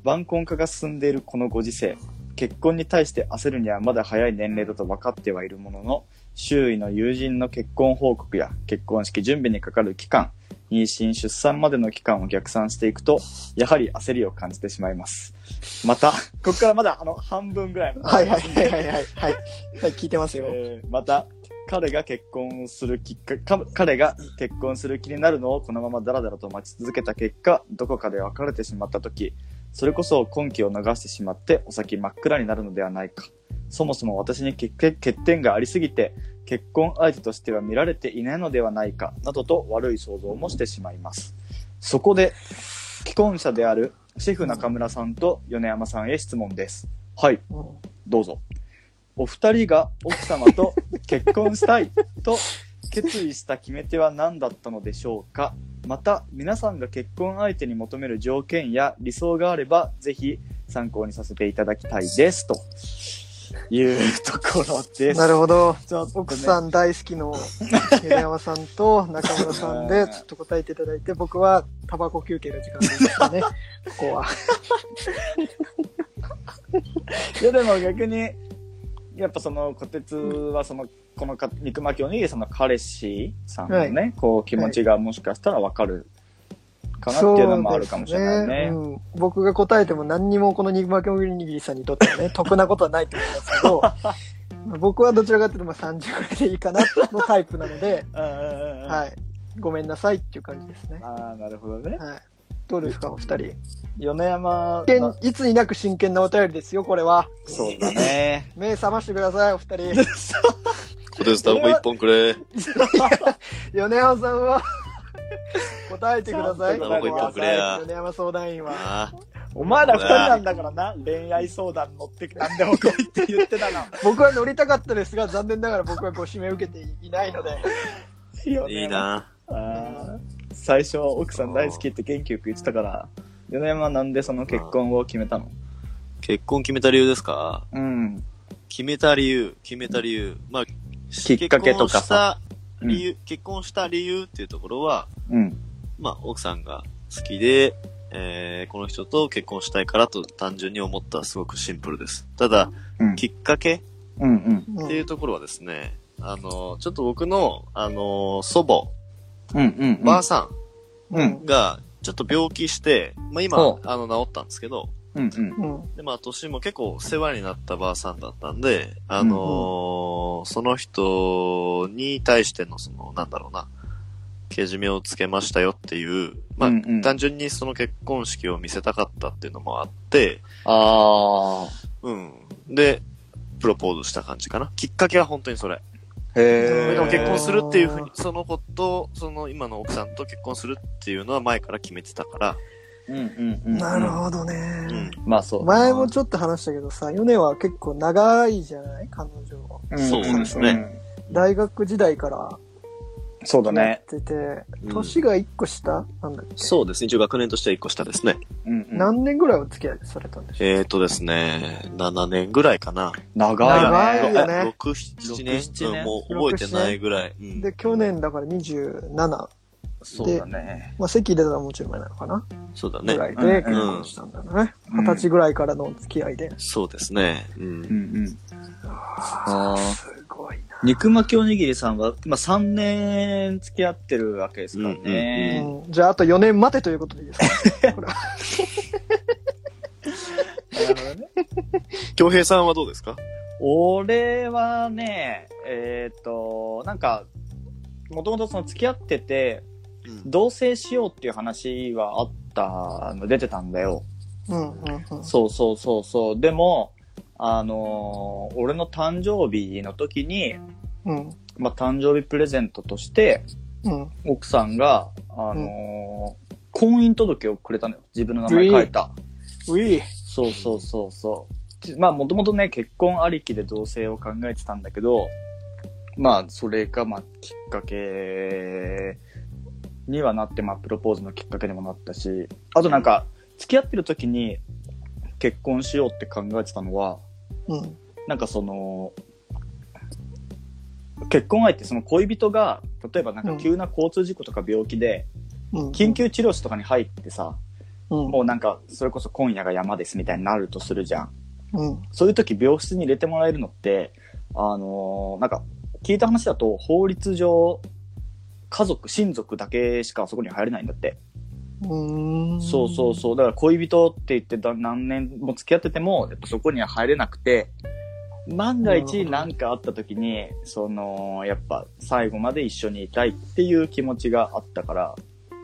Speaker 4: 晩婚化が進んでいるこのご時世結婚に対して焦るにはまだ早い年齢だと分かってはいるものの周囲の友人の結婚報告や結婚式準備にかかる期間、妊娠、出産までの期間を逆算していくと、やはり焦りを感じてしまいます。また、ここからまだあの半分ぐらいま
Speaker 2: ーは
Speaker 4: で
Speaker 2: いはいはいはいはい。はい、はい、聞いてますよ。
Speaker 4: えーまた、彼が結婚するきっかか、彼が結婚する気になるのをこのままダラダラと待ち続けた結果、どこかで別れてしまった時、それこそ婚期を逃してしまってお先真っ暗になるのではないか。そもそも私に欠欠点がありすぎて、結婚相手としては見られていないのではないか、などと悪い想像もしてしまいます。そこで、既婚者であるシェフ中村さんと米山さんへ質問です。はい、どうぞ。お二人が奥
Speaker 2: *laughs*
Speaker 4: 様と結婚したいと決意した決め手は何だったのでしょうかまた皆さんが結婚相手に求める条件や理想があればぜひ参考にさせていただきたいですというところです。
Speaker 2: なるほど。
Speaker 4: ちょっとね
Speaker 2: 奥さん大好きの米山さんと中村さん
Speaker 4: *laughs* う
Speaker 2: で
Speaker 4: ん
Speaker 2: ちょっと答えていただいて、僕はタバコ休憩の時間です
Speaker 4: *laughs*
Speaker 2: かね、ここは。
Speaker 4: いやでも逆にやっぱその虎鉄はそのこのか肉巻きおにぎりさんの彼氏さんのね、こう気持ちがもしかしたらわかるかなっていうのもあるかもしれないね。
Speaker 2: そうですねうん僕が答えても何にもこの肉巻きおにぎりさんにとってはね、 *laughs* 得なことはないと思いますけど、僕はどちらかというとまあ30ぐらいでいいかなのタイプなので、
Speaker 4: うんうんうんうん
Speaker 2: はい。ごめんなさいっていう感じですね。
Speaker 4: ああ、なるほどね。
Speaker 2: はい。どうですか、お二人。
Speaker 4: 米山
Speaker 2: 真剣いつになく真剣なお便りですよ、これは。
Speaker 4: そうだね。
Speaker 2: 目覚ましてください、お二人。
Speaker 3: 小手スタバコ一本くれ。
Speaker 2: 米山さんは *laughs* 答えてください。
Speaker 3: ちゃんと答えてください
Speaker 2: 米山相談員は。
Speaker 3: あ
Speaker 8: お前ら二人なんだからな、恋愛相談乗って、なんでも来いって言ってたな。
Speaker 2: 僕は乗りたかったですが、残念ながら僕はご指名受けていないので。
Speaker 8: いいよね
Speaker 3: いいな。
Speaker 8: あー最初奥さん大好きって元気よく言ってたから米山なんでその結婚を決めたの
Speaker 3: 結婚決めた理由ですか
Speaker 8: うん
Speaker 3: 決めた理由、決めた理由。まあ、
Speaker 8: きっかけとかさ
Speaker 3: 結婚した理由、結婚した理由っていうところは、
Speaker 8: うん
Speaker 3: まあ、奥さんが好きで、えー、この人と結婚したいからと単純に思ったすごくシンプルです。ただ、
Speaker 8: うん
Speaker 3: きっかけ
Speaker 8: うんうん
Speaker 2: うん
Speaker 3: っていうところはですね、あの、ちょっと僕の、あの、祖母、
Speaker 8: うんうん
Speaker 3: ばあさ
Speaker 8: うんうん
Speaker 3: んが、ちょっと病気して、まあ今
Speaker 8: ほ、
Speaker 3: あの、治ったんですけど、
Speaker 8: うんうん
Speaker 2: うん
Speaker 3: で、まあ、年も結構世話になったばあさんだったんで、あのーその人に対しての、その、なんだろうな、けじめをつけましたよっていう、まあ、
Speaker 8: うんうん
Speaker 3: 単純にその結婚式を見せたかったっていうのもあって、
Speaker 8: あ
Speaker 3: うん。で、プロポーズした感じかな。きっかけは本当にそれ。
Speaker 8: あへ
Speaker 3: で
Speaker 8: え
Speaker 3: も結婚するっていうふうに、その子と、その今の奥さんと結婚するっていうのは前から決めてたから、
Speaker 8: うんうんうん
Speaker 2: なるほど
Speaker 3: う
Speaker 2: ね
Speaker 3: ん。。
Speaker 8: まあそう
Speaker 2: 前もちょっと話したけどさ、ヨネは結構長いじゃない彼女。
Speaker 3: そうですね
Speaker 2: 大学時代か
Speaker 8: そうだ
Speaker 2: らや
Speaker 8: ね
Speaker 2: ってて、年が1個下なんだっけ
Speaker 3: そうですね。一応学年としては一個下ですね。
Speaker 8: うんうん
Speaker 2: 何年ぐらいお付き合いされたんでしょう
Speaker 3: えーとですね、7年ぐらいかな。
Speaker 8: 長いよね
Speaker 2: 長いよね
Speaker 3: 6、7年
Speaker 8: 六七年
Speaker 3: うんもう覚えてないぐらい。うん
Speaker 2: で、去年だから27、ま
Speaker 8: そうだね
Speaker 2: あ、席入れたらもうちょい前なのかな、
Speaker 3: そうだね
Speaker 2: ぐ。らい
Speaker 8: うんう
Speaker 2: で
Speaker 8: ん
Speaker 2: 結婚したんだね。
Speaker 8: うん
Speaker 2: 二、十、歳ぐらいからのお付き合いで。
Speaker 3: そうですね。う。
Speaker 8: うんんうんああ
Speaker 2: すごいな。
Speaker 8: 肉巻きおにぎりさんは今3年付き合ってるわけですからね、
Speaker 2: うん、じゃあ、あと4年待てということでいいですか
Speaker 8: なるほどね
Speaker 3: 京平さんはどうですか
Speaker 8: 俺はねえっ、となんかもともとその付き合ってて
Speaker 3: うん。
Speaker 8: 同棲しようっていう話はあったの出てたんだよ
Speaker 2: うんうんうん。
Speaker 8: そうそうそうそうでもあのー俺の誕生日の時に、
Speaker 2: うん
Speaker 8: まあ、誕生日プレゼントとして
Speaker 2: うん。
Speaker 8: 奥さんがあのー婚姻届をくれたのよ自分の名前書いた
Speaker 2: ウィー。
Speaker 8: そうそうそうそうち。まあもともとね、結婚ありきで同棲を考えてたんだけど、まあそれがまあきっかけにはなって、まあプロポーズのきっかけにもなったし、あとなんか付き合ってる時に結婚しようって考えてたのは、
Speaker 2: うん。
Speaker 8: なんかその、結婚相手、その恋人が、例えばなんか急な交通事故とか病気で、
Speaker 2: うん。
Speaker 8: 緊急治療室とかに入ってさ、
Speaker 2: うん。
Speaker 8: もうなんか、それこそ今夜が山ですみたいになるとするじゃん。
Speaker 2: うん。
Speaker 8: そういう時病室に入れてもらえるのって、あのーなんか、聞いた話だと、法律上、家族、親族だけしかそこに入れないんだって。
Speaker 2: うーん。
Speaker 8: そうそうそう。だから恋人って言ってだ何年も付き合ってても、やっぱそこには入れなくて、万が
Speaker 2: なるほ
Speaker 8: 一
Speaker 2: ど
Speaker 8: 何かあった時に、その、やっぱ最後まで一緒にいたいっていう気持ちがあったから、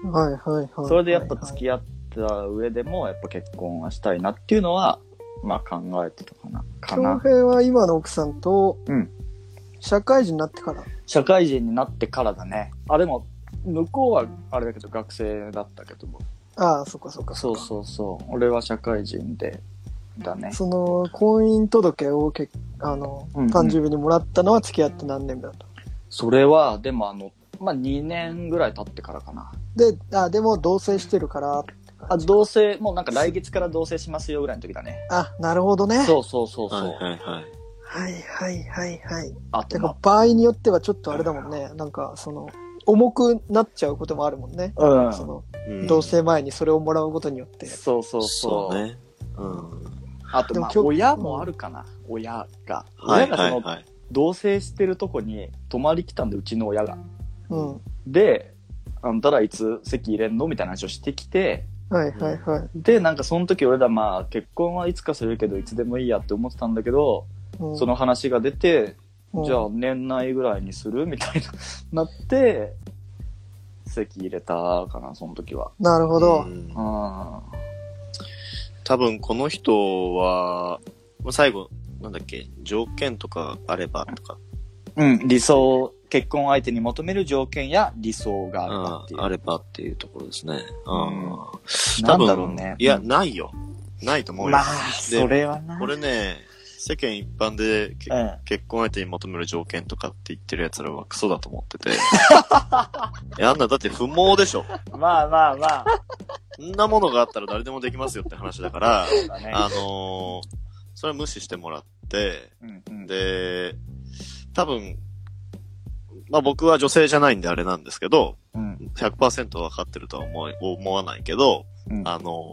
Speaker 2: う。はいはいはい。
Speaker 8: それでやっぱ付き合った上でも、やっぱ結婚はしたいなっていうのは、まあ考えてたかな。かな
Speaker 2: 恭。平は今の奥さんと、
Speaker 8: うん
Speaker 2: 社会人になってから。
Speaker 8: 社会人になってからだね。あ、でも、向こうはあれだけど学生だったけども。
Speaker 2: ああ、そっかそっか
Speaker 8: そ
Speaker 2: っ
Speaker 8: う
Speaker 2: か。
Speaker 8: そうそう。俺は社会人で、だね。
Speaker 2: その、婚姻届をけあの、
Speaker 8: うんうん
Speaker 2: 誕生日にもらったのは付き合って何年目だと。
Speaker 8: それは、でもあの、まあ、2年ぐらい経ってからかな。
Speaker 2: で、あでも同棲してるから。
Speaker 8: あ、同棲、もうなんか来月から同棲しますよぐらいの時だね。
Speaker 2: あ、なるほどね。
Speaker 8: そうそうそうそう。
Speaker 3: はいはいはい。
Speaker 2: はいはいはいはい。
Speaker 8: あと
Speaker 2: て
Speaker 8: ま
Speaker 2: か、場合によってはちょっとあれだもんね。なんか、その、重くなっちゃうこともあるもんね。
Speaker 8: あ、うん。
Speaker 2: その、
Speaker 3: うん
Speaker 2: 同棲前にそれをもらうことによって。
Speaker 8: そうそう
Speaker 3: そ
Speaker 8: そうう。
Speaker 3: ね。うん。
Speaker 8: あと、まあ
Speaker 2: で、も
Speaker 8: 親もあるかな。親が。
Speaker 3: は
Speaker 8: 親
Speaker 3: い
Speaker 8: がそ
Speaker 3: はい
Speaker 8: の、
Speaker 3: はい。
Speaker 8: 同棲してるとこに泊まり来たんで、うちの親が。
Speaker 2: うん。
Speaker 8: で、あんたらいつ席入れんのみたいな話をしてきて、
Speaker 2: はいはいはい。
Speaker 8: で、なんかその時俺らまあ結婚はいつかするけどいつでもいいやって思ってたんだけど、
Speaker 2: うん
Speaker 8: その話が出て、
Speaker 2: うん
Speaker 8: じゃあ年内ぐらいにするみたいな、なって、席入れたかな、その時は。
Speaker 2: なるほど
Speaker 3: う。ん
Speaker 8: う
Speaker 3: 多分この人は、まあ最後、なんだっけ、条件とかあればとか、
Speaker 8: ん。うん、理想、結婚相手に求める条件や理想があるかって
Speaker 3: う
Speaker 8: い
Speaker 3: ん
Speaker 8: う。
Speaker 3: あればっていうところですね。うん
Speaker 8: なんだろうね
Speaker 3: いや、
Speaker 8: うん
Speaker 3: ないよ。ないと思うよ。
Speaker 8: まあ、それはな。
Speaker 3: これね、世間一般で結
Speaker 8: うん。
Speaker 3: 結婚相手に求める条件とかって言ってる奴らはクソだと思
Speaker 8: *laughs*
Speaker 3: ってて。え、あんなだって不毛でしょ。
Speaker 8: まあまあまあ。
Speaker 3: そんなものがあったら誰でもできますよって話だから、
Speaker 8: そうだね。
Speaker 3: あのーそれは無視してもらって、
Speaker 8: うんうん。
Speaker 3: で、多分、まあ僕は女性じゃないんであれなんですけど、
Speaker 8: うん。
Speaker 3: 100%分かってるとは思い思わないけど、
Speaker 8: うん
Speaker 3: あの、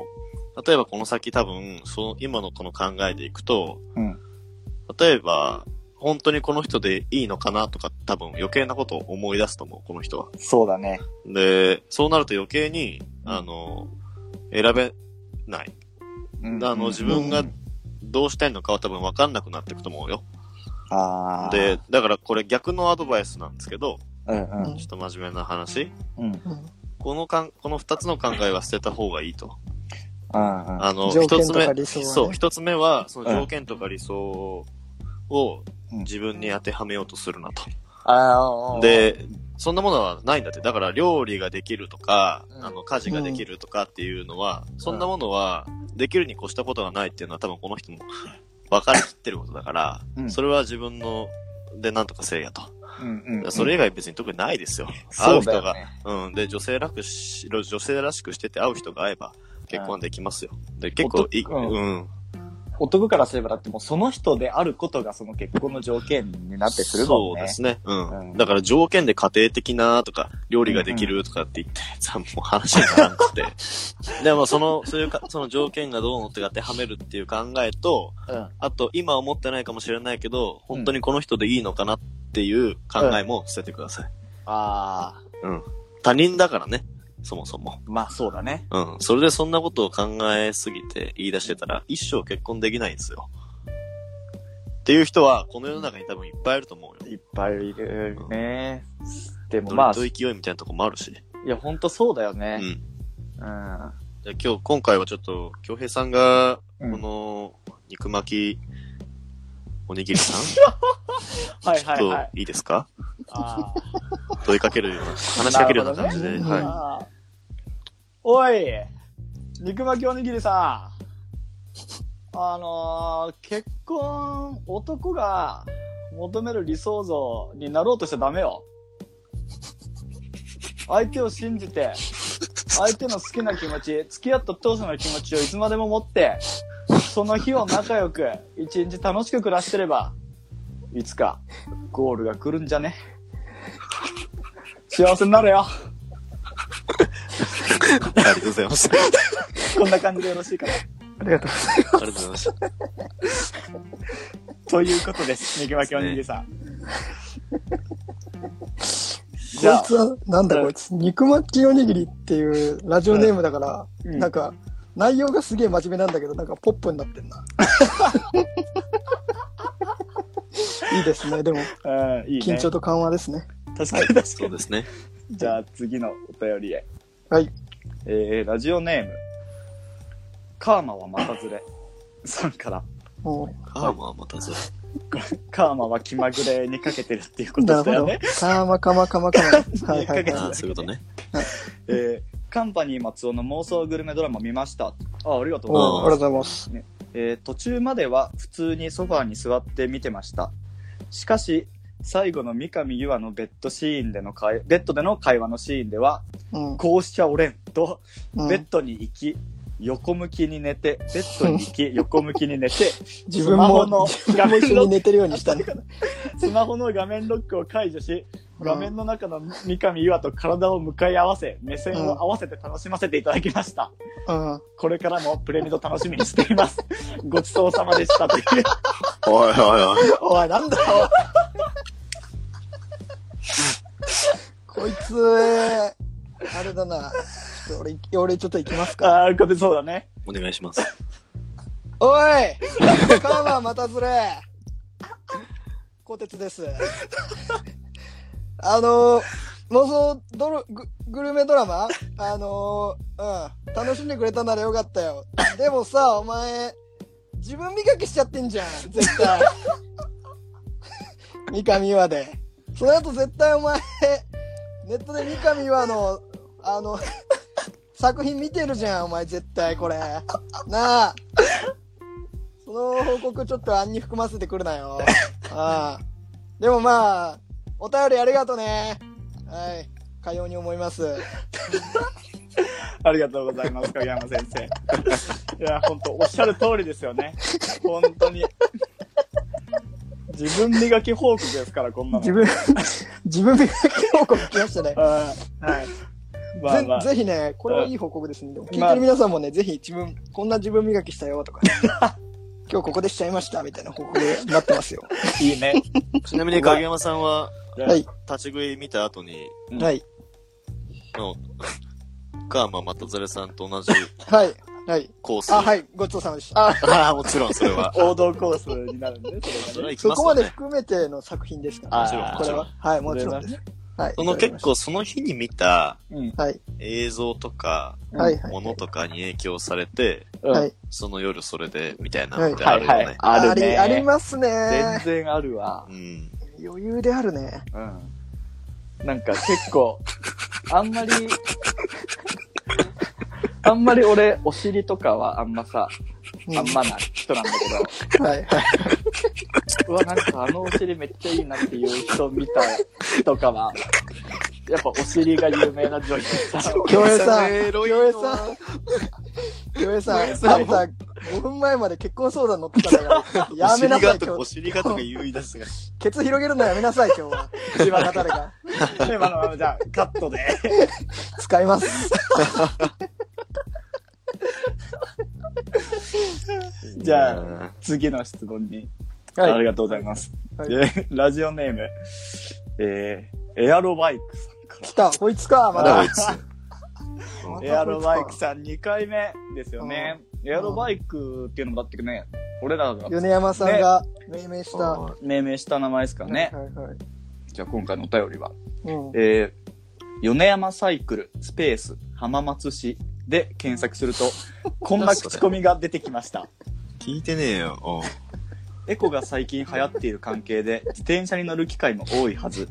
Speaker 3: 例えばこの先多分、その今のこの考えでいくと、
Speaker 8: うん
Speaker 3: 例えば、本当にこの人でいいのかなとか多分余計なことを思い出すと思う、この人は。
Speaker 8: そうだね。
Speaker 3: で、そうなると余計に、あの、選べない。
Speaker 8: うん
Speaker 3: あの、自分がどうしたいのかは多分分かんなくなっていくと思うよ。
Speaker 8: ああ。
Speaker 3: で、だからこれ逆のアドバイスなんですけど、
Speaker 8: うんうん。
Speaker 3: ちょっと真面目な話。
Speaker 8: うん。
Speaker 3: このかん、この二つの考えは捨てた方がいいと。
Speaker 8: うん
Speaker 3: あの、
Speaker 2: 条
Speaker 3: 一
Speaker 2: 件
Speaker 3: つ
Speaker 2: と
Speaker 3: 目、
Speaker 2: か理想はね
Speaker 3: そう、一つ目は、その条件とか理想を
Speaker 8: うん
Speaker 3: 自分に当てはめようとするなと。
Speaker 8: あー、
Speaker 3: で、そんなものはないんだって。だから、料理ができるとか、
Speaker 8: うん
Speaker 3: あの、家事ができるとかっていうのは、そんなものは、できるに越したことがないっていうのは多分この人も *laughs* 分かりきってることだから、
Speaker 8: うん
Speaker 3: それは自分の、で、なんとかせいやと。
Speaker 8: うんうんうん。
Speaker 3: それ以外別に特にないですよ。会
Speaker 8: そうう
Speaker 3: 人
Speaker 8: だよ
Speaker 3: が。
Speaker 8: ね。
Speaker 3: うん。で、女性らくし、女性らしくしてて会う人が会えば、結婚はできますよ。で、結構い、
Speaker 8: 男
Speaker 3: うん。
Speaker 8: 男からすればだってもうその人であることがその結婚の条件になってするもん
Speaker 3: そう
Speaker 8: ね。
Speaker 3: ですね。うん。
Speaker 8: うん
Speaker 3: だから条件で家庭的なとか、料理ができるとかって言って、さ、もう話にならなく *laughs* て。でもその、そういうか、その条件がどうのって当てはめるっていう考えと、
Speaker 8: うん
Speaker 3: あと、今は思ってないかもしれないけど、本当にこの人でいいのかなっていう考えも捨ててください。
Speaker 8: ああ、
Speaker 3: 他人だからね、そもそも。
Speaker 8: まあそうだね。
Speaker 3: うん。それでそんなことを考えすぎて言い出してたら、一生結婚できないんですよ。っていう人は、この世の中に多分いっぱいいると思うよ。
Speaker 8: いっぱいいるね。でもま
Speaker 3: ま
Speaker 8: あ、
Speaker 3: あ、と
Speaker 8: い
Speaker 3: 勢いみたいなとこもあるし。
Speaker 8: やほんとそうだよ
Speaker 3: う
Speaker 8: ね。
Speaker 3: ん。
Speaker 8: うん。
Speaker 3: で今日、今回はちょっと、京平さんが、
Speaker 8: うん
Speaker 3: この、肉巻き、おにぎりさん
Speaker 8: はい
Speaker 3: ちょっ
Speaker 8: はい
Speaker 3: と
Speaker 8: はい。
Speaker 3: いいですか
Speaker 8: あー
Speaker 3: 問いかけるような、話しかけるような感じで、
Speaker 2: なるほどね
Speaker 3: は
Speaker 8: あーおい、肉巻きおにぎりさん。あのー結婚、男が求める理想像になろうとしちゃダメよ。相手を信じて、相手の好きな気持ち、付き合った当初の気持ちをいつまでも持って、その日を仲良く、一日楽しく暮らしてれば、いつかゴールが来るんじゃね *laughs* 幸せになれよ。
Speaker 3: い。ありがとうございました。あ
Speaker 8: こんな感じでよろしいかな。
Speaker 2: ありがとう
Speaker 3: りがとうございました。
Speaker 8: ということです。肉巻きおにぎ
Speaker 2: *laughs*
Speaker 8: りさん。じ
Speaker 2: ござい
Speaker 8: ゃ
Speaker 2: ます。こいつは、なんだこいつ、肉巻きおにぎりっていうラジオネームだから、
Speaker 8: うん
Speaker 2: なんか、内容がすげえ真面目なんだけど、なんかポップになって
Speaker 8: *laughs*
Speaker 2: んな。いいですね、でも、
Speaker 8: あ、うん、いいね。
Speaker 2: 緊張と緩和ですね。
Speaker 8: 確かに確か
Speaker 3: そうですね。
Speaker 8: に。じゃあ次のお便りへ。
Speaker 2: はい。
Speaker 8: えー、ラジオネーム、カーマはまたずれ *laughs* さんから。
Speaker 2: も
Speaker 3: ああ、まあ、またぞ。
Speaker 8: カーマは気まぐれにかけてるっていうこ
Speaker 2: う、なる
Speaker 8: とだよ
Speaker 2: ほど
Speaker 8: ね。。
Speaker 2: かまかまかまかま。 *laughs* はいはい
Speaker 3: あ
Speaker 2: は
Speaker 3: あ、そういうことね。
Speaker 8: えー、カンパニー松尾の妄想グルメドラマ見ました。あ、ありがとう
Speaker 2: お
Speaker 8: ございま
Speaker 2: ーあり
Speaker 8: す
Speaker 2: がとうございます。
Speaker 8: えー途中までは普通にソファーに座って見てましたしかし最後の三上優愛のベッドシーンでの会ベッドでの会話のシーンでは
Speaker 2: うん
Speaker 8: 「こうしちゃおれん」と
Speaker 2: うん
Speaker 8: ベッドに行き、横向きに寝てベッドに行 *laughs* き横向きに寝て
Speaker 2: 自分
Speaker 8: スマホ
Speaker 2: も
Speaker 8: の画面
Speaker 2: 一緒
Speaker 8: ロ
Speaker 2: に
Speaker 8: ッ
Speaker 2: 寝てるようにしたね。
Speaker 8: クスマホの画面ロックを解除し
Speaker 2: うん
Speaker 8: 画面の中の三上優愛と体を向かい合わせ目線を合わせて楽しませていただきました、
Speaker 2: うん。
Speaker 8: これからもプレミド楽しみにしています *laughs* ごちそうさまでした *laughs* という
Speaker 3: おいおいおい。
Speaker 2: おい、なんだよ。 *laughs* こいつ、あれだな。ちょっと俺、俺ちょっと行きますか。
Speaker 8: ああ、これそうだね。
Speaker 3: お願いします。
Speaker 2: おいカマまたずれ小鉄です。あのー、妄想ドロググルメドラマあのー、うん。楽しんでくれたならよかったよ。でもさ、お前、自分磨きしちゃってんじゃん、絶対。 *laughs* 三上岩で。その後絶対お前、ネットで三上岩の、あの、作品見てるじゃん、お前絶対これ。なあ。その報告ちょっと案に含ませてくるなよ。 *laughs* ああ。でもまあ、お便りありがとね。はい。かように思います。
Speaker 8: ありがとうございます、影山先
Speaker 2: *laughs*
Speaker 8: 生。いや、本当おっしゃる通りですよね。本当に。自分磨き報告ですから、こんなの。
Speaker 2: 自分、 *laughs* 自分磨き報告来ましたね。
Speaker 8: は
Speaker 2: はい。
Speaker 8: い。 *laughs* まあまあ
Speaker 2: ぜ、ぜひね、これはいい報告ですね。でも聞い
Speaker 8: ま
Speaker 2: て
Speaker 8: あ
Speaker 2: る皆さんもね、ぜひ自分、こんな自分磨きしたよとか、
Speaker 8: *laughs*
Speaker 2: 今日ここでしちゃいましたみたいな報告になってますよ。
Speaker 8: いいね。
Speaker 3: ちなみに影山さんは、
Speaker 2: はい。
Speaker 3: 立ち食い見た後に、
Speaker 8: *laughs* うん
Speaker 2: はい。
Speaker 3: の、か、まあ、松鶴さんと同じ
Speaker 2: はい。はい。
Speaker 3: コース。
Speaker 2: あ、はい。ごちそうさまでした。あ、
Speaker 3: *laughs* ああ、もちろん、それは。
Speaker 8: 王道コースになるんで、そ
Speaker 3: それは
Speaker 8: れがね。
Speaker 3: 行き
Speaker 2: そ
Speaker 3: ます
Speaker 2: こま
Speaker 3: よ
Speaker 2: で
Speaker 3: ね。
Speaker 2: 含めての作品ですから、
Speaker 8: あ
Speaker 3: もちろん、
Speaker 2: こ
Speaker 3: も
Speaker 2: れ
Speaker 3: ちろ
Speaker 2: は
Speaker 3: ん。。
Speaker 2: はい、もちろんです。はい。
Speaker 3: その結構、その日に見た
Speaker 8: うん。
Speaker 2: はい。
Speaker 3: 映像とか、
Speaker 2: はい。はい。
Speaker 3: ものとかに影響されて、
Speaker 8: うん
Speaker 2: はい。
Speaker 3: その夜それで、みたいなのってあ
Speaker 8: は
Speaker 3: る
Speaker 8: い
Speaker 3: よ
Speaker 8: は
Speaker 3: ね。
Speaker 8: い。あるね。
Speaker 2: あります
Speaker 8: 全
Speaker 2: ね。
Speaker 8: 然あるわ。
Speaker 3: うん。
Speaker 2: 余裕であるね。
Speaker 8: うん。なんか結構、あんまり、 *laughs* あんまり俺、お尻とかはあんまさ、あんまな人なんだけ
Speaker 2: はい。はい。
Speaker 8: ど、うわ、なんかあのお尻めっちゃいいなっていう人見たとかは、やっぱお尻が有名な女優さん。 *laughs*
Speaker 2: 京平さん、
Speaker 3: エロい
Speaker 2: 京平さん、京平さん、あんた5分前まで結婚相談乗ってたんだから、やめなさい、今
Speaker 3: お
Speaker 2: 日。
Speaker 3: 尻がとか言い出
Speaker 2: *laughs*
Speaker 3: すが。
Speaker 2: ケツ広げるのやめなさい、今日は。今が誰か。
Speaker 8: 今のま
Speaker 2: *laughs*
Speaker 8: まじゃあ、カットで。
Speaker 2: 使います。
Speaker 8: じゃあ、
Speaker 3: あ、
Speaker 8: 次の質問に。
Speaker 2: はい
Speaker 8: ありがとうございます。
Speaker 2: はい
Speaker 8: でラジオネーム、えー、エアロバイクさんから。
Speaker 2: 来た、こいつか、ま
Speaker 3: だこ
Speaker 2: だ
Speaker 3: い。つ。
Speaker 2: またこいつ
Speaker 8: エ
Speaker 2: か
Speaker 8: アロバイクさん2回目ですよね。エアロバイクっていうのもだってね、俺らが
Speaker 2: 米山さんが命名した。は
Speaker 8: 命名した名前ですから
Speaker 2: い
Speaker 8: ね。
Speaker 2: はいはい。
Speaker 8: じゃあ今回のお便りは、
Speaker 2: うん。
Speaker 8: えー、米山サイクルスペース浜松市で検索する
Speaker 2: *laughs*
Speaker 8: と、こんな口コミが出てきました。
Speaker 3: 聞いてねえよ。おう
Speaker 8: エコが最近流行っている関係で、自転車に乗る機会も多いはず。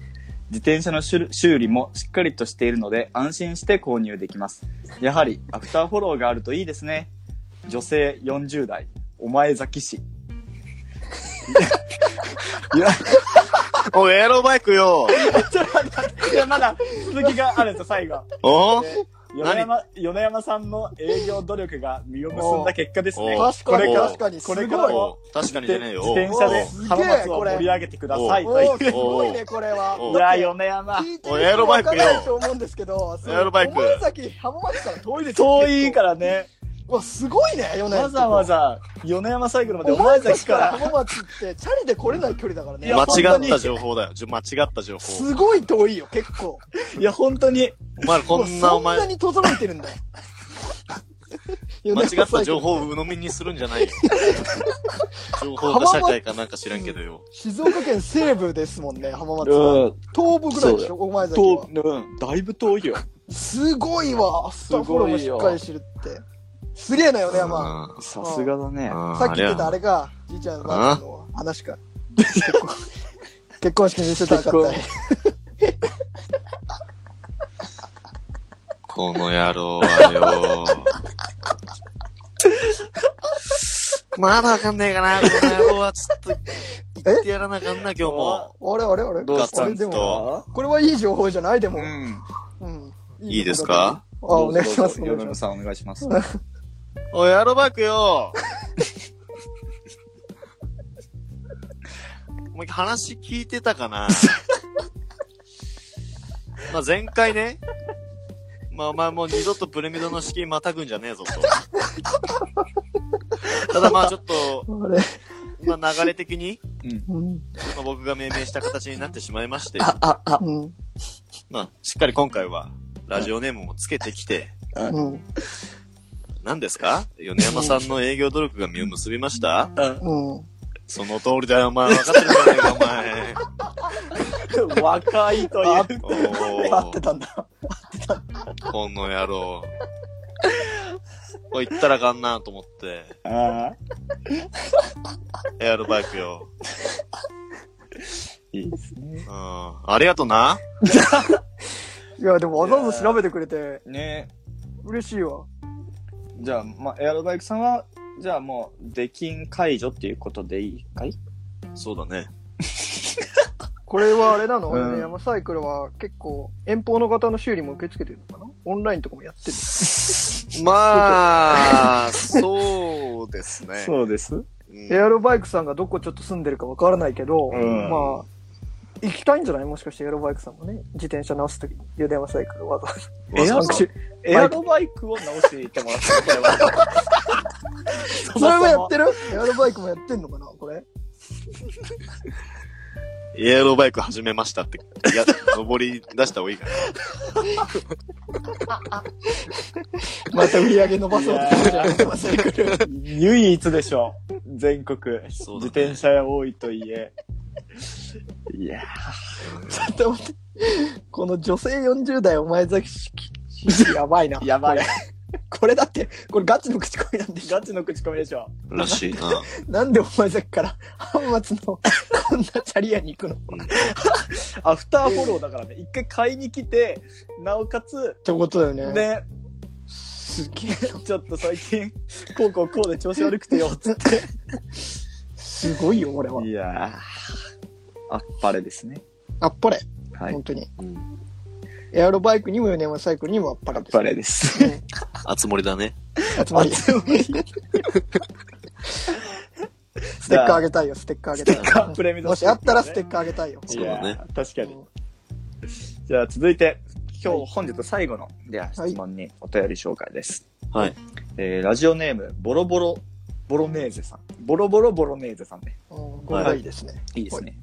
Speaker 8: 自転車の修修理もしっかりとしているので、安心して購入できます。やはり、アフターフォローがあるといいですね。女性40代、お前崎 *laughs* 市。いや、
Speaker 3: おい、エアロバイクよ。
Speaker 8: いや、まだ続きがあるんですよ、最後。
Speaker 3: おう
Speaker 8: 米山、米山さんの営業努力が実を結んだ結果ですね。
Speaker 3: お
Speaker 2: 確かに、
Speaker 3: これか
Speaker 2: 確かに。す
Speaker 8: こ
Speaker 2: ご
Speaker 8: れ
Speaker 2: い。
Speaker 8: から
Speaker 2: お
Speaker 8: も
Speaker 3: おう確かにじゃねえ
Speaker 8: 自転
Speaker 3: よ。
Speaker 8: 自転車で
Speaker 2: おすげえ
Speaker 8: 浜松を
Speaker 2: これ
Speaker 8: 盛り上げてくださ
Speaker 3: お
Speaker 8: い。はい
Speaker 2: ーすごいね、これは。
Speaker 3: お
Speaker 8: いや、米山。
Speaker 2: 聞いてる人わかんないと思うんですけど、
Speaker 3: エアロバイク
Speaker 2: お前崎、浜松から遠いですよ
Speaker 8: 遠いからね、
Speaker 2: うわ、すごいね、米山。
Speaker 8: わざわざ米山サイクルまで
Speaker 2: お
Speaker 8: お
Speaker 2: 前
Speaker 8: 前た
Speaker 2: 崎
Speaker 8: ちか
Speaker 2: から
Speaker 8: ら、
Speaker 2: 浜松ってチャリで来れない距離だからね。
Speaker 3: 間
Speaker 2: 本
Speaker 3: 違
Speaker 2: 当
Speaker 3: っ
Speaker 2: に
Speaker 3: た情報だよ。じゅ間違った情報。
Speaker 2: すごい遠いよ、結構。
Speaker 8: いや、本当に、
Speaker 3: お前らこんなお
Speaker 2: そんな
Speaker 3: 前、
Speaker 2: に届いてるんだよ。
Speaker 3: *laughs* 間違った情
Speaker 2: 報。
Speaker 3: 報を鵜呑みにするんじ
Speaker 2: *laughs*
Speaker 3: ゃないよ。情報が社会かなんか知らんけどよ。
Speaker 2: 静岡県西部ですもんね、浜松は。
Speaker 8: うん、
Speaker 2: 東部ぐらいでしょ、お前崎は。
Speaker 8: うん、だいぶ遠いよ。
Speaker 2: すごいわ、アフターフォローもしっかりしてるって。すげえな、米山。
Speaker 3: あ
Speaker 8: さすがだね。
Speaker 3: あ
Speaker 2: さっき言ってたあ
Speaker 3: れ
Speaker 2: れが、じいちゃんのマークの話か。 *laughs* 結婚式見せたかったり。
Speaker 3: この野郎はよ。 *laughs* まだわかんねえかな、この野郎は。ちょっと、言ってやらなあかんな、今日も。
Speaker 2: あれあれあれ
Speaker 8: どうした
Speaker 2: あ
Speaker 8: ん
Speaker 2: れ
Speaker 8: です
Speaker 2: で
Speaker 8: か
Speaker 2: も、これはいい情報じゃないでも
Speaker 8: う。ん。
Speaker 2: うん。
Speaker 3: いいですか
Speaker 2: あ、お願いします。
Speaker 8: ど
Speaker 2: お
Speaker 8: うぞどうぞ
Speaker 2: 願い
Speaker 8: 米
Speaker 2: しま
Speaker 8: 山
Speaker 2: す
Speaker 8: さんお願いします。
Speaker 3: おい、エアロバイクよ。お前話聞いてたかなまあ前回ね、まあお前もう二度とプレミドの資金またぐんじゃねえぞと。ただまあちょっと、
Speaker 2: あれ
Speaker 3: まあ流れ的に、
Speaker 2: うん。
Speaker 3: まあ、僕が命名した形になってしまいまして、
Speaker 2: うん。
Speaker 3: まあしっかり今回はラジオネームもつけてきて、
Speaker 2: うん。
Speaker 3: 何ですか米山さんの営業努力が実を結びました
Speaker 2: うん。
Speaker 3: その通りだよ、お前。分かってるじゃないか、お前。
Speaker 8: 若いという。
Speaker 3: おー
Speaker 2: 合ってたんだ。
Speaker 3: この野郎。これ言ったらあかんなと思って、
Speaker 8: ああ、
Speaker 3: エアロバイクよ。
Speaker 8: いいですね。
Speaker 3: うん。ありがとな。
Speaker 2: いや、でもわざわざ調べてくれて、
Speaker 8: ね
Speaker 2: 嬉しいわ。
Speaker 8: じゃあ、まあ、エアロバイクさんは、じゃあもう、出禁解除っていうことでいいかい
Speaker 3: そうだね。
Speaker 2: これはあれなの、
Speaker 8: うん
Speaker 2: 山サイクルは結構遠方の方の修理も受け付けてるのかなオンラインとかもやってる。
Speaker 3: まあ、そうですね。
Speaker 8: そうです。
Speaker 3: うん
Speaker 2: エアロバイクさんがどこちょっと住んでるかわからないけど、
Speaker 8: うん
Speaker 2: まあ、行きたいんじゃないもしかしてエアロバイクさんもね、自転車直すときに、ゆで山サイクルわざわざ。
Speaker 8: エアロ
Speaker 2: 私
Speaker 8: エアロバイクを直していってもらったこれは。
Speaker 2: それもやってるエアロバイクもやってんのかなこれ。
Speaker 3: エアロバイク始めましたって、
Speaker 2: *laughs*
Speaker 3: いや、登り出した方がいいかな。
Speaker 2: *laughs* また売り上げ伸ばそうとしてるじゃん。山サイクル。
Speaker 8: 唯一でしょ。全国。自
Speaker 3: そうだね
Speaker 8: 転車屋多いといえ。いや
Speaker 2: ちょっと *laughs* 待って。この女性40代お前崎式。やばいな。
Speaker 8: やば *laughs* い。
Speaker 2: これだって、これガチの口コミなんでしょ
Speaker 8: ガチの口コミでしょ。
Speaker 3: らしいな。
Speaker 2: なんでお前さっきから、浜松のこんなチャリ屋に行くのっ
Speaker 8: アフターフォローだからね。一回買いに来て、なおかつ、
Speaker 2: てことだよね。
Speaker 8: ね、
Speaker 2: すげえ、
Speaker 8: ちょっと最近、こうこうこうで調子悪くてよ、つって。
Speaker 2: すごいよ、俺は。
Speaker 8: いやーあっぱれですね。
Speaker 2: あっぱれ、
Speaker 8: はい。
Speaker 2: 本当に。
Speaker 3: うん。
Speaker 2: エアロバイクにも4年はサイクルにもあっぱれ
Speaker 8: あっ
Speaker 2: です。
Speaker 8: ぱれ *laughs* です。
Speaker 3: あつ森だね。
Speaker 2: 集まり。ステッカーあげたいよ、ステッカーあげたいよ。
Speaker 3: ステッ
Speaker 8: カープレミド
Speaker 2: もしあったらステッカーあげたいよ。
Speaker 3: そうだね
Speaker 8: いやー確か
Speaker 2: う
Speaker 8: に。
Speaker 2: ん
Speaker 8: じゃあ続いて、
Speaker 2: は
Speaker 8: 今
Speaker 2: い
Speaker 8: 日本日最後の、では
Speaker 2: はい
Speaker 8: 質問にお便り紹介です。
Speaker 3: はい。
Speaker 8: えーラジオネーム、ボロボロ、ボロネーゼさん。ボロボロボロネーゼさんね。
Speaker 2: うんこれがいいですね。
Speaker 8: いいですね。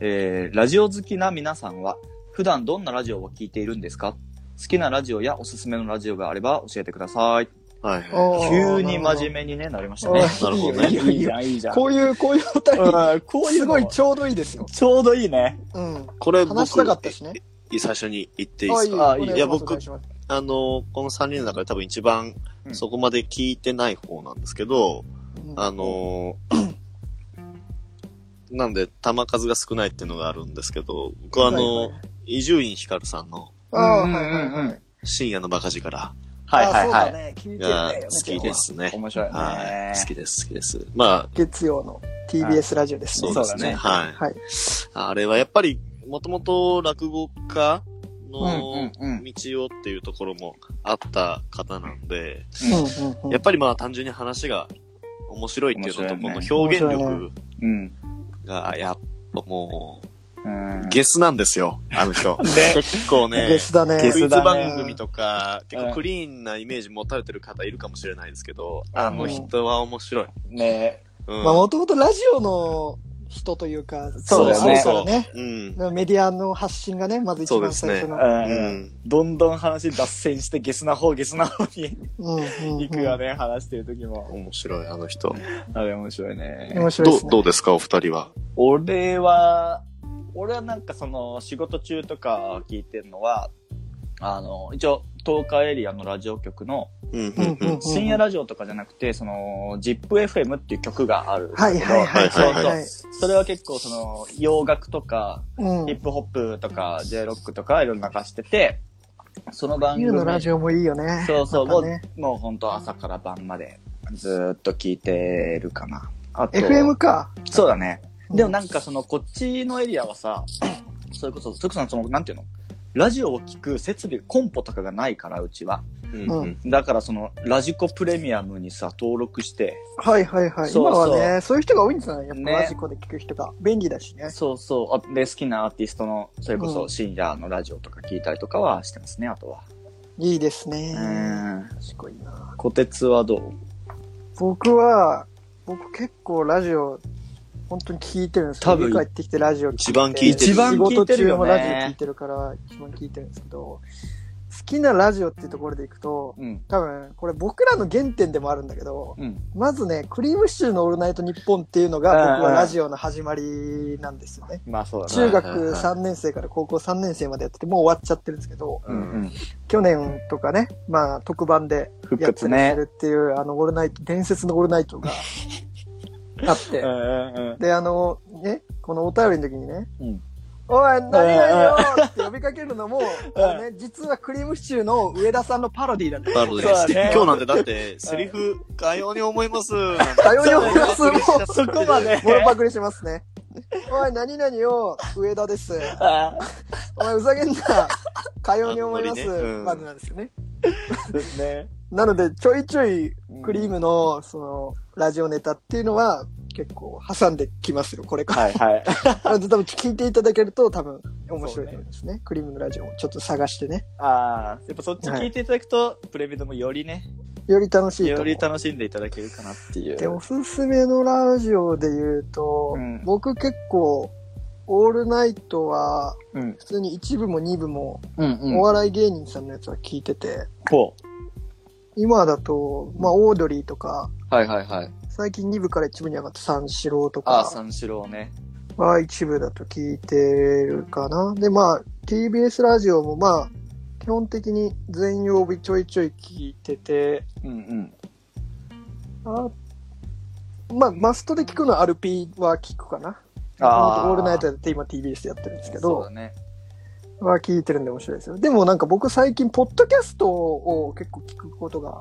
Speaker 8: えーラジオ好きな皆さんは、普段どんなラジオを聞いているんですか好きなラジオやおすすめのラジオがあれば教えてください。
Speaker 3: はい。
Speaker 2: おー
Speaker 8: 急に真面目にね、なりましたね。
Speaker 2: あー
Speaker 3: なるほどね
Speaker 2: いいよいいよいいよ
Speaker 8: ゃん、いいじ
Speaker 2: こういう、こういうお便り、
Speaker 8: うんこういう
Speaker 2: すごい
Speaker 8: ち
Speaker 2: ちょうどいいですよ。
Speaker 8: ちょうどいいね。
Speaker 2: うん。
Speaker 3: これ僕、
Speaker 2: 話したかったしね。
Speaker 3: い最初に言っていいで
Speaker 2: あ
Speaker 3: す
Speaker 2: いい
Speaker 3: か
Speaker 2: よ
Speaker 8: あいい
Speaker 2: お願します
Speaker 3: いや僕
Speaker 2: お願します
Speaker 3: あの、この3人の中で多分一番
Speaker 8: うん
Speaker 3: そこまで聞いてない方なんですけど、
Speaker 2: うん
Speaker 3: あ
Speaker 2: *coughs*
Speaker 3: の、なんで、弾数が少ないっていうのがあるんですけど、僕はあ
Speaker 2: はい
Speaker 3: の
Speaker 2: は、
Speaker 3: 伊集院光さんの
Speaker 2: ああ、はいはい
Speaker 8: うんうんう
Speaker 2: は
Speaker 8: ん
Speaker 2: い。
Speaker 3: 深夜のバカ力
Speaker 8: はいは
Speaker 2: あ
Speaker 8: い
Speaker 2: そうだ
Speaker 8: はい。
Speaker 2: ね。聞いてる
Speaker 3: が
Speaker 2: ね。
Speaker 3: 好きですね。
Speaker 8: 面白いね。
Speaker 3: はい。好きです、好きです。まあ、
Speaker 2: 月曜の TBS ラジオです
Speaker 3: そ
Speaker 2: ね
Speaker 3: う。ですね。
Speaker 8: そう
Speaker 3: はい。
Speaker 2: はい。
Speaker 3: あれはやっぱり、もともと落語家
Speaker 8: う
Speaker 3: の
Speaker 8: んうんうん
Speaker 3: 道をっていうところもあった方なんで、
Speaker 2: うんうんうん
Speaker 3: やっぱりまあ単純に話が面白いっていうのと、こ
Speaker 8: 面白い
Speaker 3: の表
Speaker 8: ね
Speaker 3: 現
Speaker 2: 面白い
Speaker 3: 力
Speaker 8: うん。
Speaker 3: が、やっぱも
Speaker 8: うん
Speaker 3: う、ゲスなんですよ、あの
Speaker 2: *laughs*
Speaker 3: 人。結構
Speaker 2: ゲ
Speaker 3: ね、
Speaker 2: スだね。
Speaker 8: ゲ
Speaker 3: クイ
Speaker 8: ス
Speaker 3: ズ
Speaker 8: だね
Speaker 3: 番組とか、結
Speaker 8: うん
Speaker 3: 構クリーンなイメージ持たれてる方いるかもしれないですけど、
Speaker 8: あ
Speaker 3: あの人は面白い。
Speaker 8: ね
Speaker 3: うん
Speaker 2: まあ、もともとラジオの人というか、
Speaker 8: そうだよね
Speaker 2: そうだね。
Speaker 3: うん。
Speaker 2: メディアの発信がね、まず一番最初
Speaker 8: う。
Speaker 2: の。
Speaker 3: うんん。
Speaker 8: どんどん話脱線してゲスな方、ゲスな方に
Speaker 2: うんうんうん
Speaker 8: 行くよね、話してる時も。
Speaker 3: 面白い、あの人。
Speaker 8: あれ面白いね。
Speaker 2: 面白い
Speaker 3: ど
Speaker 2: で
Speaker 3: う
Speaker 2: す、ね。
Speaker 3: どうですか、お二人は。
Speaker 8: 俺は、俺はなんかその仕事中とか聞いてるのは、あの、一応東海エリアのラジオ局の
Speaker 3: う
Speaker 2: うん
Speaker 3: ん、うん、
Speaker 2: う
Speaker 3: うんん
Speaker 2: うん。
Speaker 8: 深夜ラジオとかじゃなくて、その ZIPFM っていう曲があるんだ
Speaker 2: は
Speaker 8: け
Speaker 2: い
Speaker 8: ど。
Speaker 2: はいはい
Speaker 3: そう
Speaker 2: はいはい。
Speaker 8: それは結構その洋楽とか
Speaker 2: うん。
Speaker 8: ヒップホップとか J ロックとかいろいろ流してて、その番組
Speaker 2: U のラジオもいいよね。
Speaker 8: そうそう、
Speaker 2: ま
Speaker 8: も
Speaker 2: たね
Speaker 8: う、もう本当朝から晩までずーっと聞いてるかな。あと
Speaker 2: FM か。
Speaker 8: そうだね。
Speaker 2: うん
Speaker 8: でもなんかそのこっちのエリアはさ、それこそ、つくさんその、なんていうのラジオを聞く設備、コンポとかがないから、うちは。
Speaker 3: うんうん
Speaker 8: だからその、ラジコプレミアムにさ、登録して、
Speaker 2: はいはいはい。
Speaker 8: そう
Speaker 2: 今
Speaker 8: そう
Speaker 2: はね、そういう人が多いんじゃないやっぱ
Speaker 8: ね
Speaker 2: ラジコで聞く人が。便利だしね。
Speaker 8: そうそう。あで、好きなアーティストの、それこ
Speaker 2: う
Speaker 8: そ
Speaker 2: ん
Speaker 8: 深夜のラジオとか聞いたりとかはしてますね、あとは。
Speaker 2: いいですね。
Speaker 8: うん。
Speaker 2: 賢いな。
Speaker 8: 小鉄はどう
Speaker 2: 僕は、僕結構ラジオ、本当に聞いてるんです
Speaker 8: 多分
Speaker 2: 家帰ってきてラジオ聞いて
Speaker 3: 一番聞いてる
Speaker 8: 一番聞いてるよ
Speaker 2: 仕事
Speaker 8: ね
Speaker 2: 中もラジオ聞いてるから、一番聞いてるんですけど、好きなラジオっていうところでいくと、
Speaker 8: うん。
Speaker 2: 多分、これ僕らの原点でもあるんだけど、
Speaker 8: うん。
Speaker 2: まずね、クリームシチューのオールナイトニッポンっていうのが
Speaker 8: うんうん
Speaker 2: 僕はラジオの始まりなんですよね。
Speaker 8: まあそうだね。
Speaker 2: 中学
Speaker 3: はいはいはい
Speaker 2: 3年生から高校3年生までやってて、もう終わっちゃってるんですけど、
Speaker 8: うんうん。
Speaker 2: 去年とかね、まあ特番で
Speaker 8: 復
Speaker 2: やって
Speaker 8: 活
Speaker 2: らっしゃ
Speaker 8: ね。
Speaker 2: るっていう、あの、オールナイト、伝説のオールナイト
Speaker 8: *laughs*
Speaker 2: があって
Speaker 8: うん、うんうん。
Speaker 2: で、あの、ね、このお便りの時にね、
Speaker 8: うん
Speaker 2: おい、何やよーって呼びかけるのも、あのね、実はクリームシチューの上田さんのパロディーだった。
Speaker 3: なので、
Speaker 8: そうだね
Speaker 3: 今日なんてだって、セリフ、かように思います。
Speaker 2: かように思い
Speaker 3: *laughs*
Speaker 2: ますもう
Speaker 8: そこまで。
Speaker 2: モロパクリしますね。おい、何々よ、上田です。
Speaker 8: *laughs* あ
Speaker 2: お前、ふざけ
Speaker 8: *laughs*
Speaker 2: んな。かように思います。
Speaker 3: あんまりねうん
Speaker 2: までなんですよね。
Speaker 8: ーですね。
Speaker 2: *laughs* なので、ちょいちょい、クリームの、その、ラジオネタっていうのは、結構挟んできますよ、これから。
Speaker 8: はいはい。
Speaker 2: なの *laughs* で多分聞いていただけると、多分、面白いと思いますね。クリームのラジオをちょっと探してね。
Speaker 8: ああ、やっぱそっち聞いていただくと、プレビューでもよりね、
Speaker 2: より楽しいと思
Speaker 8: よ
Speaker 2: う。
Speaker 8: り楽しんでいただけるかなっていう。
Speaker 2: で、おすすめのラジオで言うと、
Speaker 8: うん
Speaker 2: 僕結構、オールナイトは、
Speaker 8: うん
Speaker 2: 普通に1部も2部も、
Speaker 8: うんう
Speaker 2: お笑い芸人さんのやつは聞いてて、
Speaker 8: こ
Speaker 2: 今だと、まあ、オードリーとか、
Speaker 8: う。はいはいはい。
Speaker 2: 最近2部から1部に上がった三四郎と
Speaker 8: ああ、
Speaker 2: か
Speaker 8: 三四郎ね。
Speaker 2: は1部だと聞いてるかな。で、まあ、TBS ラジオもまあ、基本的に全曜日ちょいちょい聞いてて、
Speaker 8: うんうん。
Speaker 2: あまあ、マストで聞くのは RP は聞くかな。
Speaker 8: あー
Speaker 2: オールナイトやって今 TBS やってるんですけ
Speaker 8: そう
Speaker 2: ど
Speaker 8: だ、ね。
Speaker 2: は聞いてるんで面白いですよ。でもなんか僕最近、ポッドキャストを結構聞くことが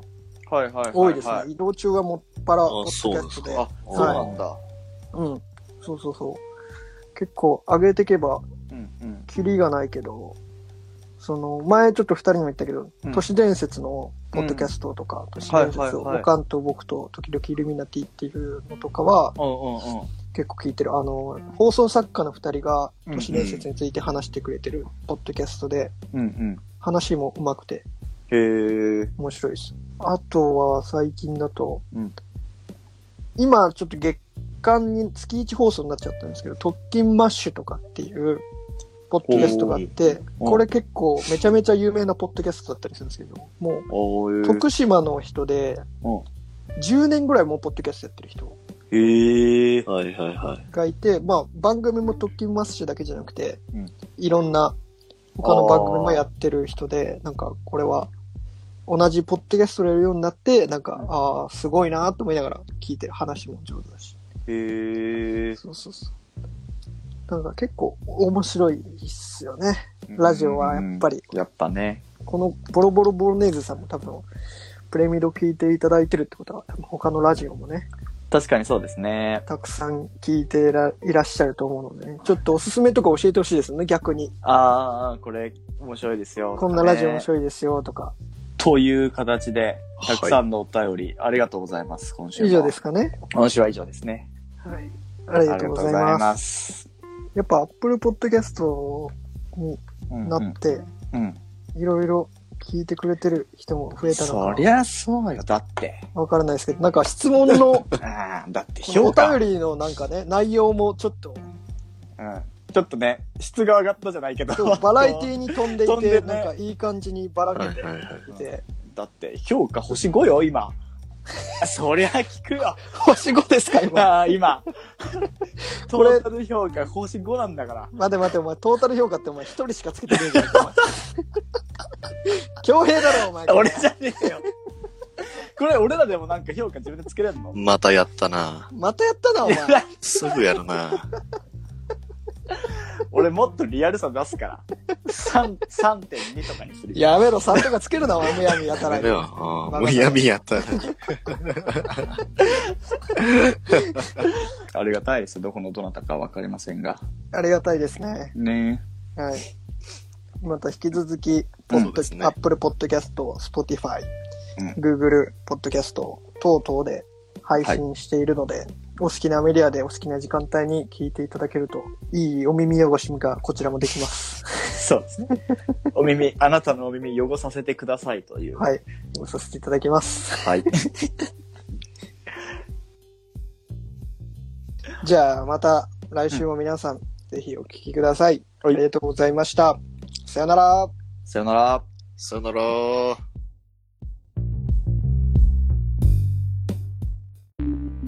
Speaker 8: はいはいはいはい。
Speaker 2: 多いですね。
Speaker 8: あ、
Speaker 2: 移動中はもっぱら、ポ
Speaker 3: あ
Speaker 2: ッドキャストで。
Speaker 8: そうなんだ。
Speaker 2: うん。そうそうそう。結構上げてけば、
Speaker 8: うんうん。
Speaker 2: キリがないけど、その、前ちょっと二人にも言ったけど、
Speaker 8: うん
Speaker 2: 都市伝説のポッドキャストとか、都市伝
Speaker 8: はい
Speaker 2: 説
Speaker 8: はい
Speaker 2: を、
Speaker 8: はい
Speaker 2: オカンと僕と時々イルミナティっていうのとかは、
Speaker 8: うんうんうん。
Speaker 2: 結構聞いてる。あの、放送作家の二人が
Speaker 8: うん
Speaker 2: 都市伝説について話してくれてるポッドキャストで、
Speaker 8: うん
Speaker 2: 話も上手くて
Speaker 8: うん。へえ。
Speaker 2: 面白いです。あとは最近だと、
Speaker 8: うん
Speaker 2: 今ちょっと月間に月1放送になっちゃったんですけど、特勤マッシュとかっていう、ポッドキャストがあって、
Speaker 8: おー
Speaker 2: これ結構めちゃめちゃ有名なポッドキャストだったりするんですけど、も
Speaker 8: お
Speaker 2: う、
Speaker 8: ー
Speaker 2: 徳島の人で
Speaker 8: お、
Speaker 2: 10年ぐらいもうポッドキャストやってる人
Speaker 3: へえ。はいはいはい。
Speaker 2: がいて、まあ番組も特勤マッシュだけじゃなくて
Speaker 8: うん、
Speaker 2: いろんな他の番組もやってる人で、なんかこれは同じポッドキャストでやるようになって、なんか、ああ、すごいなと思いながら聞いてる話も上手だし。
Speaker 8: へえ。
Speaker 2: そうそうそう。なんか結構面白いっすよね。ラジオはやっぱり。
Speaker 8: うんやっぱね。
Speaker 2: このボロボロボロネーズさんも多分、プレミド聞いていただいてるってことは、多分他のラジオもね、
Speaker 8: 確かにそうですね。
Speaker 2: たくさん聞いてらいらっしゃると思うので、ね、ちょっとおすすめとか教えてほしいですよね、逆に。
Speaker 8: ああ、これ面白いですよ。
Speaker 2: こんなラジオ面
Speaker 8: い。
Speaker 2: 白いですよとか。
Speaker 8: という形で、
Speaker 3: は
Speaker 8: た
Speaker 3: い
Speaker 8: くさんのお便り、ありがとうございます。今週。
Speaker 2: 以上ですすかね。
Speaker 8: 今週は以上ですね。
Speaker 2: はい。ありがとうございます。
Speaker 8: す。
Speaker 2: やっぱ Apple Podcast に
Speaker 8: うん
Speaker 2: な
Speaker 8: うん
Speaker 2: って、
Speaker 8: うん。
Speaker 2: いろいろ聞いてくれてる人も増えたの
Speaker 8: そ
Speaker 2: か
Speaker 8: りゃそうよ。だって。
Speaker 2: わからないですけど、なんか質問の
Speaker 8: ああ、だって
Speaker 2: お
Speaker 8: 評価。うん。
Speaker 2: 便りのなんかね、内容もちょっと、
Speaker 8: ちょっとね、質が上がったじゃないけど。
Speaker 2: そうバラエティに飛んでい
Speaker 8: 飛ん
Speaker 2: て、
Speaker 8: でね
Speaker 2: なんかいい感じにばら
Speaker 3: はい
Speaker 2: けて
Speaker 3: はいはい。
Speaker 2: いて、
Speaker 8: だって、評価星5よ、今。 *laughs* そりゃ聞くよ。
Speaker 2: 星5ですか、今。
Speaker 8: ああ、今。 *laughs* ト
Speaker 2: これ
Speaker 8: ータル評価星5なんだから。
Speaker 2: 待て待て、お前、トータル評価ってお前一人しかつけてねえじゃん。 *laughs* お前強兵だろ、お前。
Speaker 8: 俺じゃねえよ。これ、俺らでもなんか評価自分でつけれんの
Speaker 3: またやったな。
Speaker 2: またやったな、お前。
Speaker 3: すぐやるな。
Speaker 8: 俺もっとリアルさ出す *laughs* から。3 3.2とかにするよ。
Speaker 2: やめろ、3とかつけるな、お前、むやみやた
Speaker 3: あ
Speaker 2: ら
Speaker 3: *laughs* れ
Speaker 2: に
Speaker 3: だ。よ。
Speaker 2: まだ
Speaker 3: うんむやみやったら。
Speaker 8: ありがたいですよ。どこのどなたかわかりませんが。
Speaker 2: ありがたいですね。
Speaker 8: ね
Speaker 2: はい。また引き続き、ポ
Speaker 3: そ
Speaker 2: ッ
Speaker 3: うで
Speaker 2: ド
Speaker 3: すね
Speaker 2: Apple Podcast、Spotify
Speaker 8: うん、
Speaker 2: Google Podcast 等々で配信しているので、お好きなメディアでお好きな時間帯に聞いていただけると、いいお耳汚しがこちらもできます。
Speaker 8: そうですね。お耳、あなたのお耳汚させてくださいという。
Speaker 2: はい。させていただきます。
Speaker 8: はい。
Speaker 2: *laughs* じゃあ、また来週も皆さん、ぜひお聞きください。あ
Speaker 8: はい
Speaker 2: りがとうございました。さよなら。
Speaker 8: さよなら。
Speaker 3: さよなら。